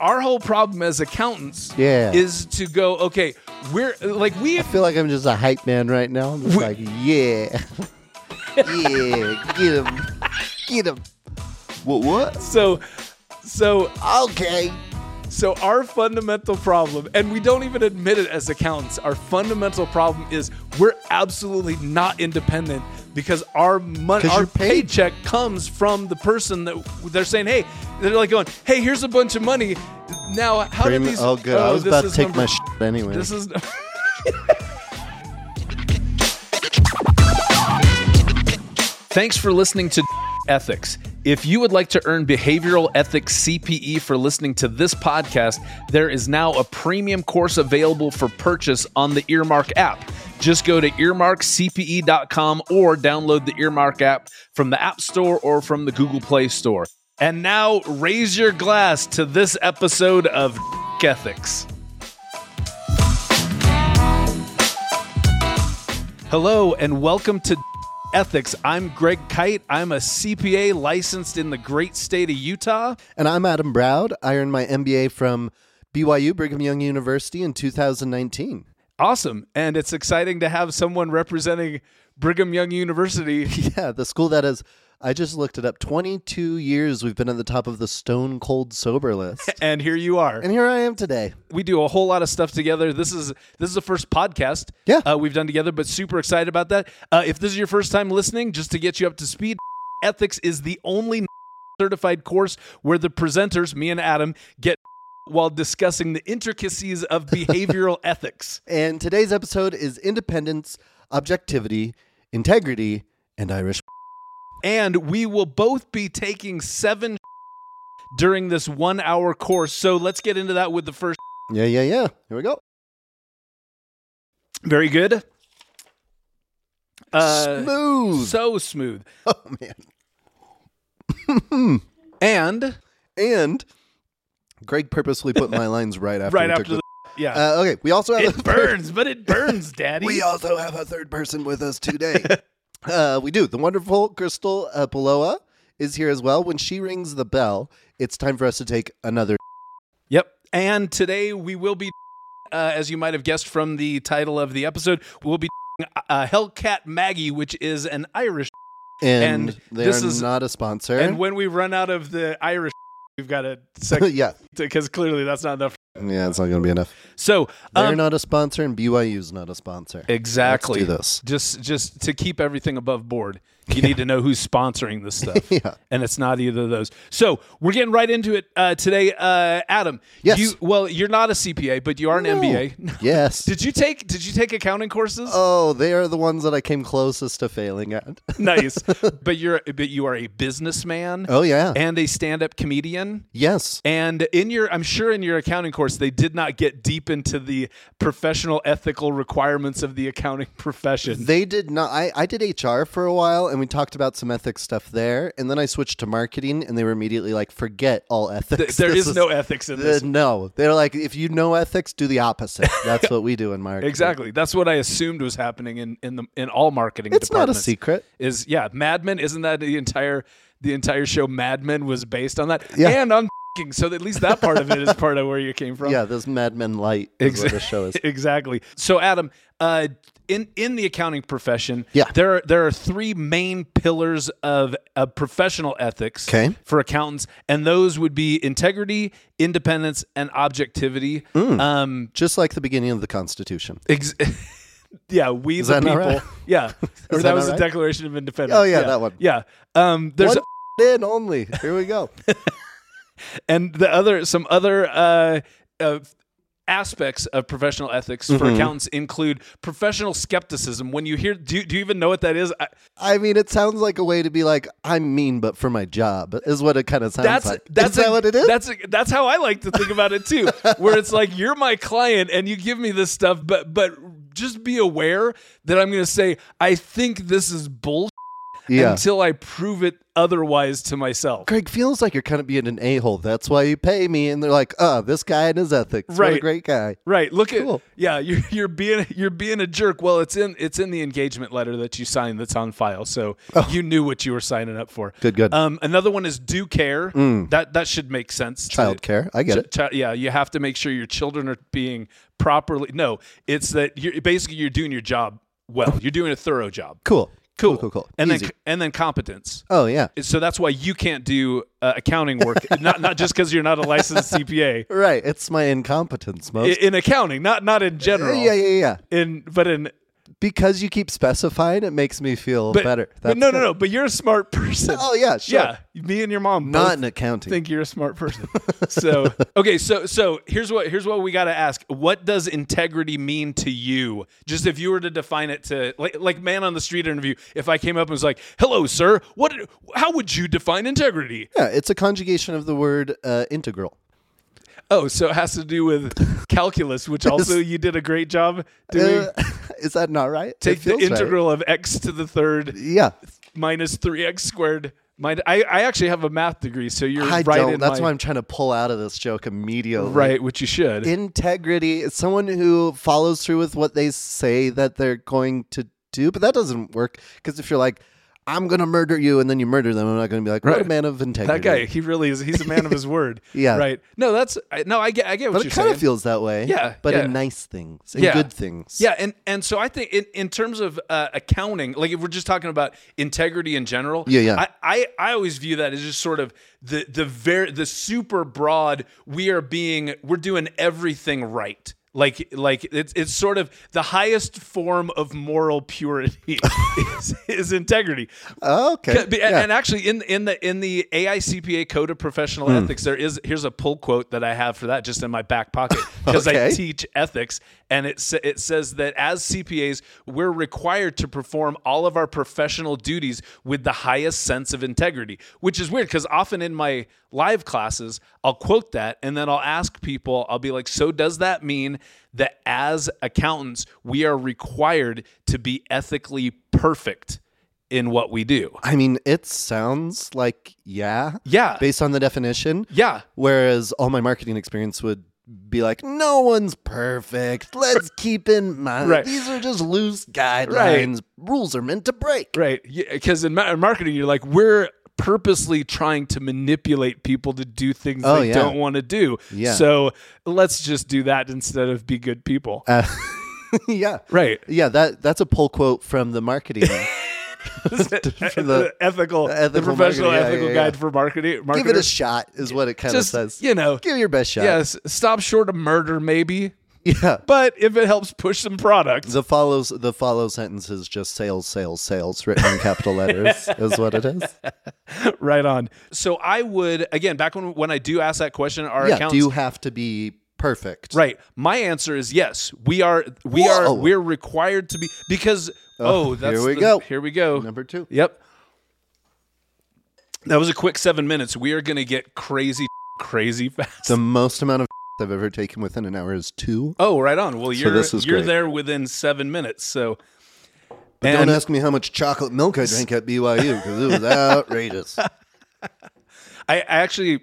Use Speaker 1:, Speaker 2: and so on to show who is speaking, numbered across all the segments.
Speaker 1: our whole problem as accountants
Speaker 2: Yeah.
Speaker 1: is to go, okay, we're like we
Speaker 2: I feel like I'm just a hype man right now. I'm just
Speaker 1: We-
Speaker 2: like, yeah, yeah, get him, get him. What? What?
Speaker 1: so so
Speaker 2: Okay.
Speaker 1: So our fundamental problem, and we don't even admit it as accountants, our fundamental problem is we're absolutely not independent because our money,
Speaker 2: 'Cause
Speaker 1: our
Speaker 2: you're paid.
Speaker 1: paycheck comes from the person that they're saying, hey, they're like going, hey, here's a bunch of money. Now, how do
Speaker 2: Pretty mu-
Speaker 1: these?
Speaker 2: oh, good. I was
Speaker 1: this
Speaker 2: about to
Speaker 1: is
Speaker 2: take
Speaker 1: number-
Speaker 2: my sh- anyway.
Speaker 1: This is. Thanks for listening to Ethics. If you would like to earn behavioral ethics CPE for listening to this podcast, there is now a premium course available for purchase on the Earmark app. Just go to earmarkcpe.com E or download the Earmark app from the App Store or from the Google Play Store. And now raise your glass to this episode of Ethics. Hello and welcome to Ethics. I'm Greg Kite. I'm a CPA licensed in the great state of Utah.
Speaker 2: And I'm Adam Browd. I earned my MBA from BYU Brigham Young University in 2019.
Speaker 1: Awesome. And it's exciting to have someone representing Brigham Young University.
Speaker 2: Yeah, the school that is, I just looked it up, 22 years we've been at the top of the stone cold sober list.
Speaker 1: And here you are.
Speaker 2: and here I am today.
Speaker 1: We do a whole lot of stuff together. This is this is the first podcast
Speaker 2: Yeah.
Speaker 1: uh, we've done together, but super excited about that. Uh, if this is your first time listening, just to get you up to speed, Ethics is the only certified course where the presenters, me and Adam, get while discussing the intricacies of behavioral ethics.
Speaker 2: And today's episode is independence, objectivity, integrity, and Irish.
Speaker 1: and we will both be taking seven during this one hour course. So let's get into that with the first.
Speaker 2: Yeah, yeah, yeah. Here we go.
Speaker 1: Very good. Uh,
Speaker 2: Smooth.
Speaker 1: so smooth.
Speaker 2: oh, man.
Speaker 1: And
Speaker 2: And Greg purposely put my lines right after.
Speaker 1: right
Speaker 2: we took
Speaker 1: after the. Yeah.
Speaker 2: Uh, okay, we also have a
Speaker 1: it burns, but it burns, Daddy.
Speaker 2: We also have a third person with us today. uh, we do. The wonderful Crystal uh, Paloa is here as well. When she rings the bell, it's time for us to take another.
Speaker 1: Yep. And today we will be, uh, as you might have guessed from the title of the episode, we'll be uh, Hellcat Maggie, which is an Irish.
Speaker 2: And,
Speaker 1: And
Speaker 2: they
Speaker 1: this
Speaker 2: are
Speaker 1: is-
Speaker 2: not a sponsor.
Speaker 1: And when we run out of the Irish, we've got to second
Speaker 2: yeah,
Speaker 1: because clearly that's not enough.
Speaker 2: yeah, it's not going to be enough.
Speaker 1: So
Speaker 2: They're
Speaker 1: um,
Speaker 2: not a sponsor, and BYU's not a sponsor.
Speaker 1: Exactly.
Speaker 2: Let's do this.
Speaker 1: Just just to keep everything above board, you need to know who's sponsoring this stuff.
Speaker 2: Yeah.
Speaker 1: And it's not either of those. So we're getting right into it uh, today. Uh, Adam,
Speaker 2: Yes.
Speaker 1: you well, you're not a CPA, but you are an MBA.
Speaker 2: yes.
Speaker 1: Did you take did you take accounting courses?
Speaker 2: oh, they are the ones that I came closest to failing at.
Speaker 1: nice. But you're but you are a businessman
Speaker 2: oh yeah.
Speaker 1: and a stand up comedian.
Speaker 2: yes.
Speaker 1: And in your, I'm sure in your accounting course, they did not get deep into the professional ethical requirements of the accounting profession.
Speaker 2: They did not. I, I did HR for a while and we talked about some ethics stuff there. And then I switched to marketing and they were immediately like, forget all ethics.
Speaker 1: There
Speaker 2: This
Speaker 1: is no ethics in
Speaker 2: uh,
Speaker 1: this.
Speaker 2: no. They're like, if you know ethics, do the opposite. That's what we do in marketing.
Speaker 1: Exactly. That's what I assumed was happening in in the in all marketing.
Speaker 2: It's not a
Speaker 1: departments.
Speaker 2: secret.
Speaker 1: Is yeah, Mad Men. Isn't that the entire the entire show Mad Men was based on that?
Speaker 2: Yeah.
Speaker 1: And on f***ing, so at least that part of it is part of where you came from.
Speaker 2: Yeah, this Mad Men Light is what the show is.
Speaker 1: exactly. So Adam, uh, in in the accounting profession,
Speaker 2: Yeah.
Speaker 1: there are, there are three main pillars of, of professional ethics
Speaker 2: 'Kay.
Speaker 1: for accountants, and those would be integrity, independence, and objectivity.
Speaker 2: Mm.
Speaker 1: Um,
Speaker 2: Just like the beginning of the Constitution.
Speaker 1: Ex- yeah, we the
Speaker 2: that not
Speaker 1: people.
Speaker 2: right?
Speaker 1: Yeah, or that,
Speaker 2: that not
Speaker 1: was the
Speaker 2: right?
Speaker 1: Declaration of Independence.
Speaker 2: Oh, yeah, that one.
Speaker 1: Yeah, um, there's
Speaker 2: One in only. Here we go.
Speaker 1: and the other some other uh, uh, aspects of professional ethics for
Speaker 2: Mm-hmm.
Speaker 1: accountants include professional skepticism. When you hear, do, do you even know what that is? I,
Speaker 2: I mean, it sounds like a way to be like, I'm mean, but for my job, is what it kind of sounds
Speaker 1: that's
Speaker 2: like.
Speaker 1: that's
Speaker 2: is that
Speaker 1: a-
Speaker 2: what it is?
Speaker 1: That's a, that's how I like to think about it too. where it's like you're my client and you give me this stuff, but but just be aware that I'm going to say I think this is bull.
Speaker 2: Yeah.
Speaker 1: until I prove it otherwise to myself.
Speaker 2: Greg feels like you're kind of being an a hole. That's why you pay me. And they're like, oh, this guy and his ethics. What a
Speaker 1: Right.
Speaker 2: great guy.
Speaker 1: Right. Look at
Speaker 2: Cool.
Speaker 1: yeah. You're you're being you're being a jerk. Well, it's in it's in the engagement letter that you signed that's on file, so you knew what you were signing up for.
Speaker 2: Oh. Good, good. Mm.
Speaker 1: Um, another one is do care. That that should make sense. to-
Speaker 2: Child care. I get
Speaker 1: Ch-
Speaker 2: it.
Speaker 1: chi- yeah, you have to make sure your children are being properly. No, it's that you're basically you're doing your job well. You're doing a thorough job.
Speaker 2: Cool.
Speaker 1: Cool.
Speaker 2: Cool. Cool.
Speaker 1: And
Speaker 2: Easy.
Speaker 1: then and then competence.
Speaker 2: Oh, yeah.
Speaker 1: So that's why you can't do uh, accounting work. not not just because you're not a licensed CPA
Speaker 2: Right. It's my incompetence
Speaker 1: I-
Speaker 2: most. Oh,
Speaker 1: in accounting, not not in general.
Speaker 2: yeah, yeah, yeah.
Speaker 1: In but in
Speaker 2: Because you keep specifying, it makes me feel
Speaker 1: but,
Speaker 2: better.
Speaker 1: But
Speaker 2: That's
Speaker 1: no, no,
Speaker 2: good.
Speaker 1: no. But you're a smart person.
Speaker 2: Oh, yeah, sure.
Speaker 1: Yeah, me and your mom.
Speaker 2: Not
Speaker 1: both
Speaker 2: in accounting.
Speaker 1: think you're a smart person. so okay, so so here's what here's what we got to ask. What does integrity mean to you? Just if you were to define it to like like man on the street interview. If I came up and was like, "Hello, sir. What? How would you define integrity?"
Speaker 2: yeah, it's a conjugation of the word uh, integral.
Speaker 1: Oh, so it has to do with calculus, which also you did a great job doing.
Speaker 2: Uh, is that not right? It
Speaker 1: Take the
Speaker 2: feels right.
Speaker 1: integral of x to the third
Speaker 2: Yeah.
Speaker 1: minus 3x squared. Min- I, I actually have a math degree, so you're
Speaker 2: I
Speaker 1: right
Speaker 2: don't.
Speaker 1: in
Speaker 2: That's
Speaker 1: my,
Speaker 2: why I'm trying to pull out of this joke immediately.
Speaker 1: right, which you should.
Speaker 2: Integrity is someone who follows through with what they say that they're going to do, but that doesn't work because if you're like, I'm going to murder you and then you murder them, I'm not going to be like, what a
Speaker 1: Right.
Speaker 2: man of integrity.
Speaker 1: that guy, he really is. He's a man of his word.
Speaker 2: Yeah.
Speaker 1: Right. No, that's I- no. I get. I get what
Speaker 2: But
Speaker 1: you're
Speaker 2: it kind
Speaker 1: saying.
Speaker 2: of feels that way.
Speaker 1: Yeah,
Speaker 2: But
Speaker 1: yeah.
Speaker 2: in nice things, in
Speaker 1: Yeah.
Speaker 2: good things.
Speaker 1: yeah, and and so I think in, in terms of uh, accounting, like if we're just talking about integrity in general,
Speaker 2: Yeah, yeah.
Speaker 1: I, I I always view that as just sort of the the very the super broad. We are being we're doing everything right. Like like it's it's sort of the highest form of moral purity is, is integrity.
Speaker 2: Oh, Okay.
Speaker 1: Be- And, and actually, in in the in the AICPA Code of Professional
Speaker 2: Hmm.
Speaker 1: Ethics, there is here's a pull quote that I have for that just in my back pocket because I
Speaker 2: Okay.
Speaker 1: teach ethics, and it sa- it says that as CPAs, we're required to perform all of our professional duties with the highest sense of integrity, which is weird because often in my live classes, I'll quote that, and then I'll ask people, I'll be like, so does that mean that as accountants, we are required to be ethically perfect? In what we do.
Speaker 2: I mean, it sounds like, yeah,
Speaker 1: Yeah.
Speaker 2: based on the definition.
Speaker 1: yeah.
Speaker 2: Whereas all my marketing experience would be like, no one's perfect. Let's keep in mind
Speaker 1: Right.
Speaker 2: these are just loose guidelines. Rules are meant to break.
Speaker 1: Right. Because in ma- in marketing, you're like, we're purposely trying to manipulate people to do things
Speaker 2: Oh,
Speaker 1: they
Speaker 2: yeah.
Speaker 1: don't want to do.
Speaker 2: Yeah.
Speaker 1: So let's just do that instead of be good people.
Speaker 2: Uh, yeah.
Speaker 1: right.
Speaker 2: Yeah, that that's a pull quote from the marketing.
Speaker 1: E, the ethical, the
Speaker 2: ethical
Speaker 1: professional
Speaker 2: marketing. Yeah,
Speaker 1: ethical
Speaker 2: yeah, yeah.
Speaker 1: guide for marketing.
Speaker 2: Give it a shot is what it kind of
Speaker 1: just,
Speaker 2: says.
Speaker 1: you know,
Speaker 2: Give it your best shot.
Speaker 1: yes, stop short of murder, maybe.
Speaker 2: Yeah.
Speaker 1: But if it helps push some product,
Speaker 2: The follows the follow sentence is just sales, sales, sales written in capital letters is what it is.
Speaker 1: right on. So I would again back when when I do ask that question, our
Speaker 2: Yeah.
Speaker 1: accounts
Speaker 2: Do you have to be perfect?
Speaker 1: Right. My answer is yes. We are we
Speaker 2: Whoa.
Speaker 1: are we're required to be because oh, that's
Speaker 2: here we
Speaker 1: the-
Speaker 2: go.
Speaker 1: Here we go.
Speaker 2: Number two.
Speaker 1: Yep. That was a quick 7 minutes. We are going to get crazy crazy fast.
Speaker 2: The most amount of I've ever taken within an hour is two.
Speaker 1: oh, right on. Well, you're
Speaker 2: this is
Speaker 1: you're
Speaker 2: great.
Speaker 1: there within 7 minutes. So
Speaker 2: Don't
Speaker 1: and
Speaker 2: ask me how much chocolate milk I drank at BYU because it was outrageous.
Speaker 1: I, I actually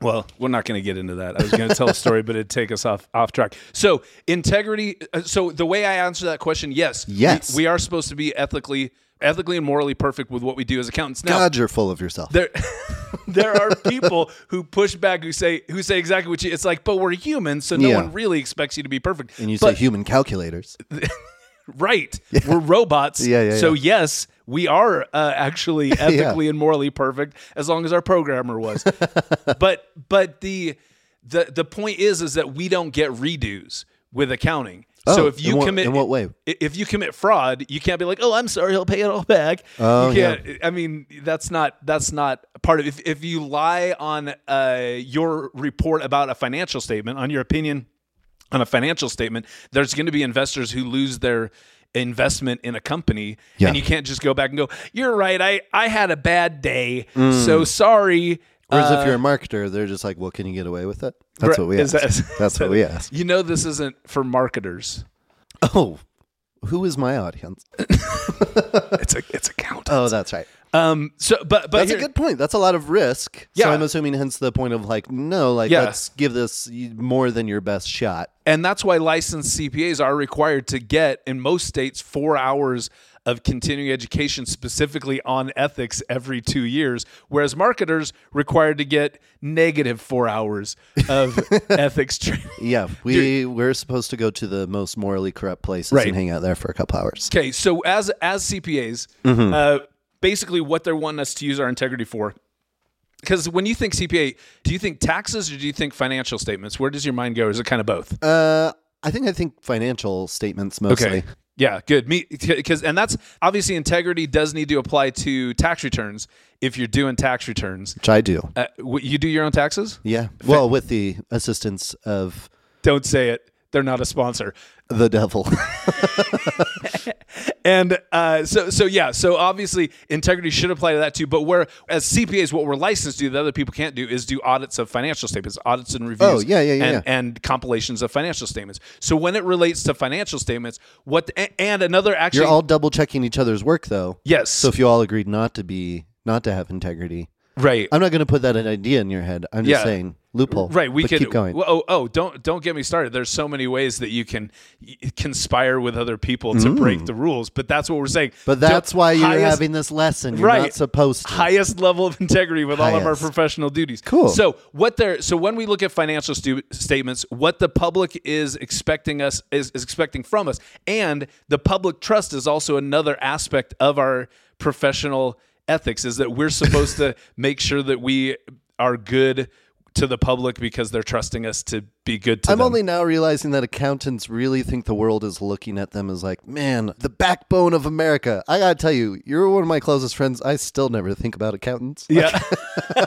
Speaker 1: well, we're not going to get into that. I was going to tell a story, but it'd take us off off track. So integrity. uh, So the way I answer that question, yes, we-
Speaker 2: Yes.
Speaker 1: we, are supposed to be ethically, ethically and morally perfect with what we do as accountants. Now,
Speaker 2: God, you're full of yourself.
Speaker 1: there there are people who push back who say who say exactly what you it's like but we're human so no
Speaker 2: Yeah.
Speaker 1: one really expects you to be perfect
Speaker 2: and you
Speaker 1: but,
Speaker 2: say human calculators.
Speaker 1: right we're robots
Speaker 2: Yeah, yeah,
Speaker 1: so yes we are uh, actually ethically and morally perfect as long as our programmer was but but the the the point is is that we don't get redos with accounting
Speaker 2: Oh,
Speaker 1: so if you
Speaker 2: in what-
Speaker 1: commit
Speaker 2: in what way?
Speaker 1: i- if you commit fraud, you can't be like, "Oh, I'm sorry, he'll pay it all back."
Speaker 2: Oh,
Speaker 1: you can't, I mean, that's not that's not part of. If if you lie on uh, your report about a financial statement, on your opinion on a financial statement, there's going to be investors who lose their investment in a company,
Speaker 2: Yeah.
Speaker 1: and you can't just go back and go, "You're right, I I had a bad day,
Speaker 2: Mm.
Speaker 1: so sorry."
Speaker 2: Whereas if you're a marketer, they're just like, well, can you get away with it? That's what we
Speaker 1: Is
Speaker 2: ask.
Speaker 1: that-
Speaker 2: That's what we ask.
Speaker 1: You know, this isn't for marketers.
Speaker 2: Oh, Who is my audience?
Speaker 1: It's a it's a count.
Speaker 2: Oh, that's right.
Speaker 1: Um. So, but but
Speaker 2: That's
Speaker 1: here,
Speaker 2: a good point. That's a lot of risk.
Speaker 1: Yeah.
Speaker 2: So I'm assuming, hence the point of like, no, like,
Speaker 1: Yeah.
Speaker 2: let's give this more than your best shot.
Speaker 1: and that's why licensed CPAs are required to get in most states four hours of continuing education specifically on ethics every two years, whereas marketers required to get negative four hours of ethics training.
Speaker 2: Yeah, we we're supposed to go to the most morally corrupt places
Speaker 1: Right.
Speaker 2: and hang out there for a couple hours.
Speaker 1: Okay, so as as CPAs, uh, basically what they're wanting us to use our integrity for. Because when you think CPA, do you think taxes or do you think financial statements? Where does your mind go? Is it kind of both?
Speaker 2: Uh, I think I think financial statements mostly.
Speaker 1: Okay. Yeah, good. Me because and that's obviously integrity does need to apply to tax returns if you're doing tax returns.
Speaker 2: Which I do.
Speaker 1: Uh, w- you do your own taxes?
Speaker 2: Yeah. Well, with the assistance of
Speaker 1: Don't say it. They're not a sponsor.
Speaker 2: the devil.
Speaker 1: And uh, so, so yeah, so obviously integrity should apply to that too. But where as CPAs, what we're licensed to do that other people can't do is do audits of financial statements, audits and reviews.
Speaker 2: Oh, yeah, yeah, yeah,
Speaker 1: and,
Speaker 2: yeah.
Speaker 1: and compilations of financial statements. So when it relates to financial statements, what a- and another actually,
Speaker 2: You're all double checking each other's work though.
Speaker 1: yes,
Speaker 2: So if you all agreed not to be not to have integrity,
Speaker 1: right,
Speaker 2: I'm not going to put that an idea in your head. I'm just
Speaker 1: Yeah.
Speaker 2: saying loophole.
Speaker 1: right. We
Speaker 2: but
Speaker 1: could
Speaker 2: keep going.
Speaker 1: well, Oh, oh, don't don't get me started. There's so many ways that you can y- conspire with other people to break the rules. But that's what we're saying.
Speaker 2: Mm. but that's
Speaker 1: Don't-
Speaker 2: why you're
Speaker 1: highest-
Speaker 2: having this lesson. You're
Speaker 1: Right.
Speaker 2: not supposed to.
Speaker 1: highest level of integrity with all of our
Speaker 2: Highest.
Speaker 1: professional duties.
Speaker 2: Cool.
Speaker 1: So what they're so when we look at financial stu- statements, what the public is expecting us is, is expecting from us, and the public trust is also another aspect of our professional ethics is that we're supposed to make sure that we are good to the public because they're trusting us to be good to
Speaker 2: I'm
Speaker 1: them.
Speaker 2: only now realizing that accountants really think the world is looking at them as like, man, the backbone of America. I gotta tell you, you're one of my closest friends. I still never think about accountants.
Speaker 1: yeah.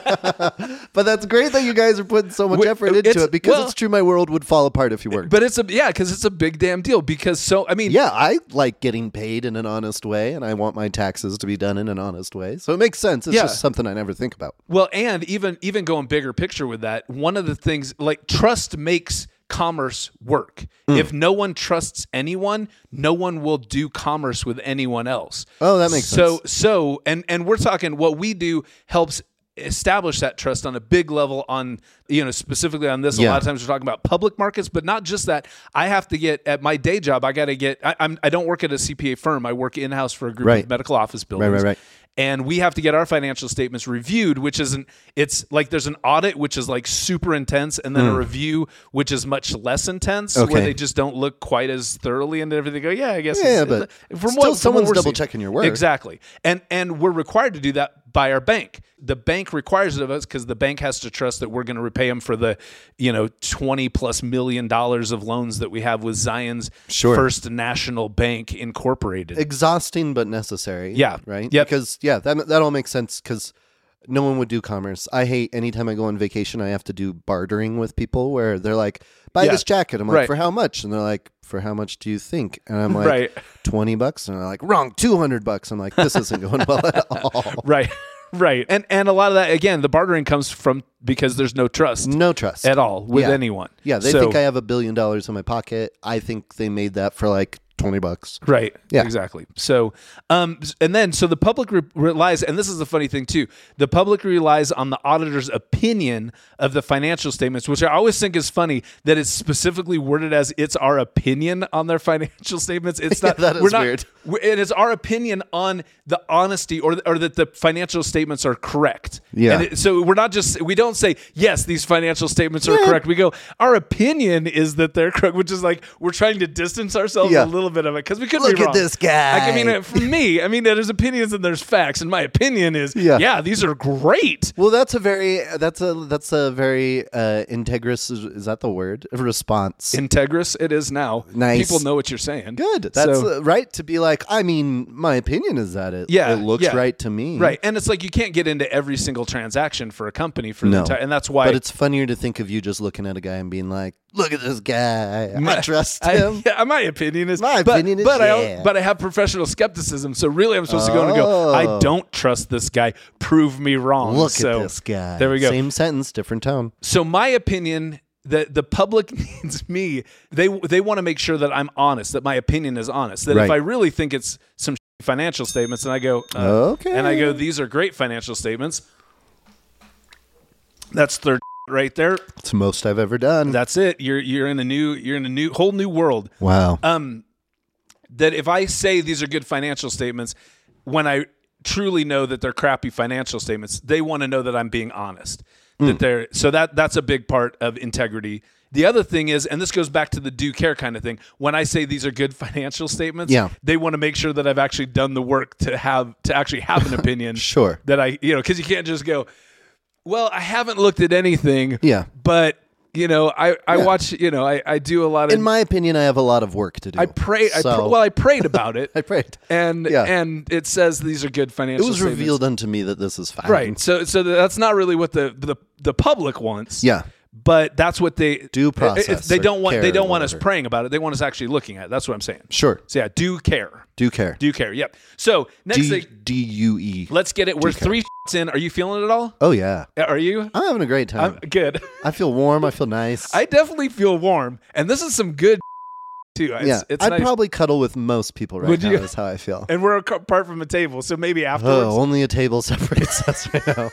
Speaker 2: But that's great that you guys are putting so much
Speaker 1: Wait,
Speaker 2: effort into
Speaker 1: it's-
Speaker 2: it because
Speaker 1: well-
Speaker 2: it's true my world would fall apart if you weren't.
Speaker 1: But it's a yeah, cuz it's a big damn deal because so I mean
Speaker 2: yeah, I like getting paid in an honest way and I want my taxes to be done in an honest way. So it makes sense. It's
Speaker 1: Yeah.
Speaker 2: just something I never think about.
Speaker 1: Well, and even even going bigger picture with that, one of the things like trust makes commerce work.
Speaker 2: Hmm.
Speaker 1: If no one trusts anyone, no one will do commerce with anyone else.
Speaker 2: Oh, that makes
Speaker 1: so, sense. So so and and we're talking what we do helps establish that trust on a big level on you know specifically on this a
Speaker 2: Yeah.
Speaker 1: lot of times we're talking about public markets but not just that i have to get at my day job i got to get I, I'm, I don't work at a cpa firm i work in-house for a group
Speaker 2: Right.
Speaker 1: of medical office buildings
Speaker 2: right, right.
Speaker 1: and we have to get our financial statements reviewed which isn't it's like there's an audit which is like super intense and then a review which is much less intense where
Speaker 2: Hmm. Okay.
Speaker 1: they just don't look quite as thoroughly and everything go yeah i guess
Speaker 2: Yeah,
Speaker 1: it's-
Speaker 2: but
Speaker 1: from
Speaker 2: still
Speaker 1: what
Speaker 2: someone's
Speaker 1: from what we're
Speaker 2: double
Speaker 1: seeing."
Speaker 2: checking your work.
Speaker 1: exactly and and we're required to do that by our bank the bank requires it of us because the bank has to trust that we're going to repay them for the you know 20 plus million dollars of loans that we have with zion's
Speaker 2: Sure.
Speaker 1: first national bank incorporated
Speaker 2: Exhausting but necessary.
Speaker 1: Yeah.
Speaker 2: Right?
Speaker 1: Yep.
Speaker 2: Because, yeah, that, that all makes sense because no one would do commerce. I hate anytime I go on vacation, I have to do bartering with people where they're like, buy
Speaker 1: Yeah.
Speaker 2: this jacket. I'm like,
Speaker 1: Right.
Speaker 2: for how much? And they're like, for how much do you think? And I'm like,
Speaker 1: Right.
Speaker 2: 20 bucks. And they're like, wrong, 200 bucks. I'm like, this isn't going well at all.
Speaker 1: right right and and a lot of that again the bartering comes from because there's no trust
Speaker 2: No trust.
Speaker 1: at all with
Speaker 2: Yeah.
Speaker 1: anyone
Speaker 2: Yeah, they
Speaker 1: So-
Speaker 2: think I have a billion dollars in my pocket. I think they made that for like 20 bucks.
Speaker 1: Right.
Speaker 2: Yeah.
Speaker 1: Exactly. So, um, and then so the public re- relies, and this is the funny thing too. The public relies on the auditor's opinion of the financial statements, which I always think is funny that it's specifically worded as it's our opinion on their financial statements. It's not
Speaker 2: that is
Speaker 1: we're not,
Speaker 2: weird.
Speaker 1: we- and it's our opinion on the honesty or or that the financial statements are correct.
Speaker 2: Yeah.
Speaker 1: And it, so we're not just we don't say yes these financial statements are correct. We go our opinion is that they're correct, which is like we're trying to distance ourselves
Speaker 2: Yeah.
Speaker 1: a little bit of it because we could
Speaker 2: Look
Speaker 1: be
Speaker 2: at
Speaker 1: wrong.
Speaker 2: this guy.
Speaker 1: Like, I mean, uh, for me, I mean, there's opinions and there's facts, and my opinion is yeah,
Speaker 2: Yeah.
Speaker 1: these are great.
Speaker 2: Well, that's a very that's a that's a very uh integrous is, is that the word? Response.
Speaker 1: Integrous it is now.
Speaker 2: Nice.
Speaker 1: People know what you're saying.
Speaker 2: Good. That's
Speaker 1: So-
Speaker 2: uh, right to be like, I mean, my opinion is that it
Speaker 1: Yeah,
Speaker 2: it looks
Speaker 1: yeah.
Speaker 2: right to me.
Speaker 1: Right, and it's like you can't get into every single transaction for a company for the
Speaker 2: No.
Speaker 1: entire, and that's why
Speaker 2: But it's funnier to think of you just looking at a guy and being like, look at this guy. I trust
Speaker 1: I-
Speaker 2: him.
Speaker 1: yeah, my opinion is
Speaker 2: My
Speaker 1: but,
Speaker 2: opinion is
Speaker 1: but I
Speaker 2: yeah.
Speaker 1: but I have professional skepticism, so really I'm supposed to go in and go.
Speaker 2: Oh.
Speaker 1: I don't trust this guy. Prove me wrong.
Speaker 2: Look
Speaker 1: So,
Speaker 2: at this guy.
Speaker 1: There we go.
Speaker 2: Same sentence, different tone.
Speaker 1: So my opinion the the public needs me. They they want to make sure that I'm honest, that my opinion is honest. That if
Speaker 2: Right.
Speaker 1: I really think it's some financial statements, and I go uh,
Speaker 2: Okay.
Speaker 1: and I go these are great financial statements. That's third right there.
Speaker 2: It's the most I've ever done.
Speaker 1: That's it. You're you're in a new you're in a new whole new world.
Speaker 2: wow.
Speaker 1: That if I say these are good financial statements, when I truly know that they're crappy financial statements, they want to know that I'm being honest.
Speaker 2: Hmm.
Speaker 1: That they're so that that's a big part of integrity. The other thing is, and this goes back to the do care kind of thing. When I say these are good financial statements,
Speaker 2: Yeah.
Speaker 1: they want to make sure that I've actually done the work to have to actually have an opinion.
Speaker 2: Sure.
Speaker 1: That I you know because you can't just go, well, I haven't looked at anything.
Speaker 2: Yeah.
Speaker 1: But you know, I I watch you know I I do a lot of
Speaker 2: in my opinion, I have a lot of work to do.
Speaker 1: I prayed. I pr-
Speaker 2: So-
Speaker 1: well, I prayed about it.
Speaker 2: I prayed.
Speaker 1: and
Speaker 2: Yeah.
Speaker 1: and it says these are good
Speaker 2: it
Speaker 1: financial.
Speaker 2: was
Speaker 1: statements.
Speaker 2: revealed unto me that this is fine.
Speaker 1: right? So so that's not really what the the, the public wants.
Speaker 2: Yeah.
Speaker 1: but that's what they
Speaker 2: Due process
Speaker 1: It's- They
Speaker 2: or
Speaker 1: don't want
Speaker 2: care
Speaker 1: they don't
Speaker 2: or
Speaker 1: want us
Speaker 2: whatever.
Speaker 1: praying about it. They want us actually looking at. it. That's what I'm saying.
Speaker 2: Sure.
Speaker 1: So yeah, do care,
Speaker 2: Do care.
Speaker 1: do care. Yep. So next
Speaker 2: D
Speaker 1: thing,
Speaker 2: D U E.
Speaker 1: let's get it. We're three shits in. Are you feeling it all? Uh,
Speaker 2: Oh yeah.
Speaker 1: Are you?
Speaker 2: I'm having a great time.
Speaker 1: I'm good.
Speaker 2: i feel warm. I feel nice.
Speaker 1: I definitely feel warm, and this is some good too. It's,
Speaker 2: yeah.
Speaker 1: it's
Speaker 2: I'd
Speaker 1: nice.
Speaker 2: probably cuddle with most people right
Speaker 1: Would
Speaker 2: now.
Speaker 1: you?
Speaker 2: Is how I feel.
Speaker 1: and we're apart from a table, so maybe afterwards.
Speaker 2: Oh, only a table separates us right now.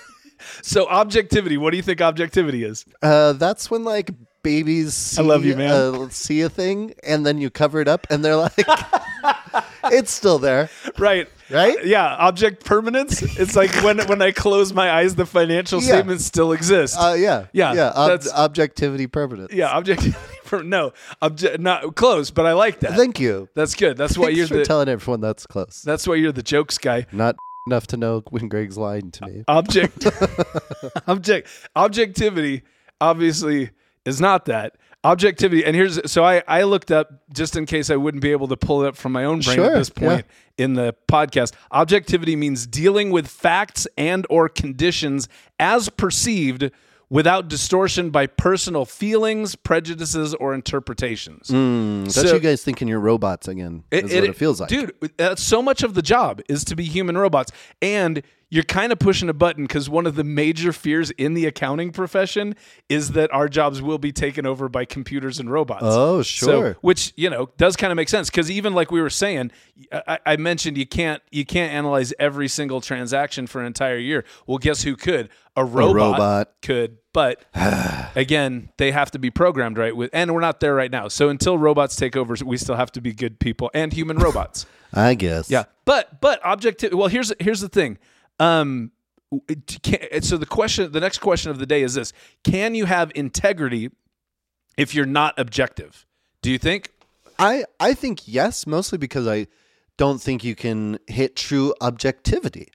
Speaker 1: So objectivity. What do you think objectivity is?
Speaker 2: Uh, that's when like babies see,
Speaker 1: I love you, man.
Speaker 2: Uh, see a thing and then you cover it up and they're like, it's still there.
Speaker 1: Right.
Speaker 2: Right?
Speaker 1: Yeah. Object permanence. It's like when when I close my eyes, the financial
Speaker 2: Yeah.
Speaker 1: statements still exist.
Speaker 2: Uh, yeah.
Speaker 1: Yeah,
Speaker 2: Yeah. ob-
Speaker 1: that's-
Speaker 2: objectivity permanent.
Speaker 1: yeah. Objectivity. per- No. Object. Not close, but I like that.
Speaker 2: Thank you.
Speaker 1: that's good. That's why
Speaker 2: Thanks
Speaker 1: you're
Speaker 2: for
Speaker 1: the.
Speaker 2: telling everyone that's close.
Speaker 1: that's why you're the jokes guy.
Speaker 2: Not enough to know when Greg's lying to me.
Speaker 1: Object. object. Objectivity. Obviously, is not that. Objectivity, and here's so I, I looked up just in case I wouldn't be able to pull it up from my own brain at
Speaker 2: Sure,
Speaker 1: this point in the podcast. Objectivity means dealing with facts and or conditions as perceived without distortion by personal feelings, prejudices, or interpretations.
Speaker 2: That's Hmm, you guys thinking you're robots again. Is what it feels like.
Speaker 1: Dude, that's so much of the job is to be human robots. And you're kind of pushing a button because one of the major fears in the accounting profession is that our jobs will be taken over by computers and robots.
Speaker 2: Oh,
Speaker 1: So-
Speaker 2: sure.
Speaker 1: which, you know, does kind of make sense because even like we were saying, I, I mentioned you can't you can't analyze every single transaction for an entire year. Well, guess who could? A robot,
Speaker 2: robot.
Speaker 1: could, but again, they have to be programmed right with and we're not there right now. So until robots take over, we still have to be good people and human robots.
Speaker 2: I guess.
Speaker 1: Yeah, but but objectivity. Well, here's here's the thing. Um, it can, so the question, the next question of the day is this: Can you have integrity if you're not objective? Do you think?
Speaker 2: I I think yes, mostly because I don't think you can hit true objectivity.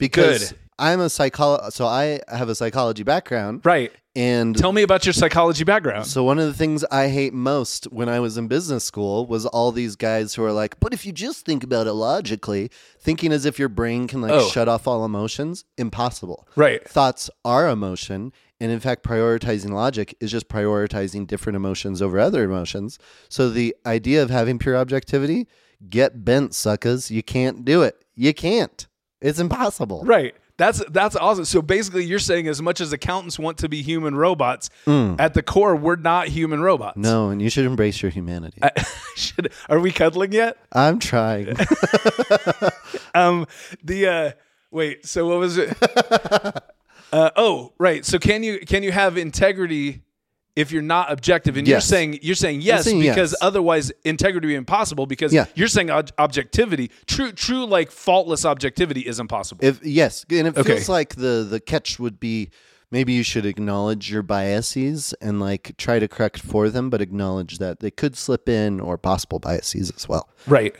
Speaker 2: Because
Speaker 1: Good.
Speaker 2: I'm a psycholo so I have a psychology background.
Speaker 1: Right.
Speaker 2: And
Speaker 1: Tell me about your psychology background.
Speaker 2: so one of the things I hate most when I was in business school was all these guys who are like, "But if you just think about it logically, thinking as if your brain can like
Speaker 1: Oh.
Speaker 2: shut off all emotions, impossible."
Speaker 1: Right.
Speaker 2: Thoughts are emotion, and in fact, prioritizing logic is just prioritizing different emotions over other emotions. So the idea of having pure objectivity, get bent, suckas. You can't do it. You can't. It's impossible.
Speaker 1: Right. That's that's awesome. So basically, you're saying as much as accountants want to be human robots, at the core, we're not human robots.
Speaker 2: Mm. No, and you should embrace your humanity. I,
Speaker 1: Should, are we cuddling yet?
Speaker 2: am trying.
Speaker 1: Um, the uh, wait. So what was it? uh, oh, right. So can you can you have integrity if you're not objective? And
Speaker 2: Yes.
Speaker 1: you're saying you're saying yes
Speaker 2: saying
Speaker 1: because
Speaker 2: yes.
Speaker 1: otherwise integrity would be impossible. Because
Speaker 2: Yeah.
Speaker 1: you're saying ob- objectivity, true true like faultless objectivity is impossible.
Speaker 2: If yes, and it
Speaker 1: Okay.
Speaker 2: feels like the the catch would be maybe you should acknowledge your biases and like try to correct for them, but acknowledge that they could slip in or possible biases as well.
Speaker 1: right.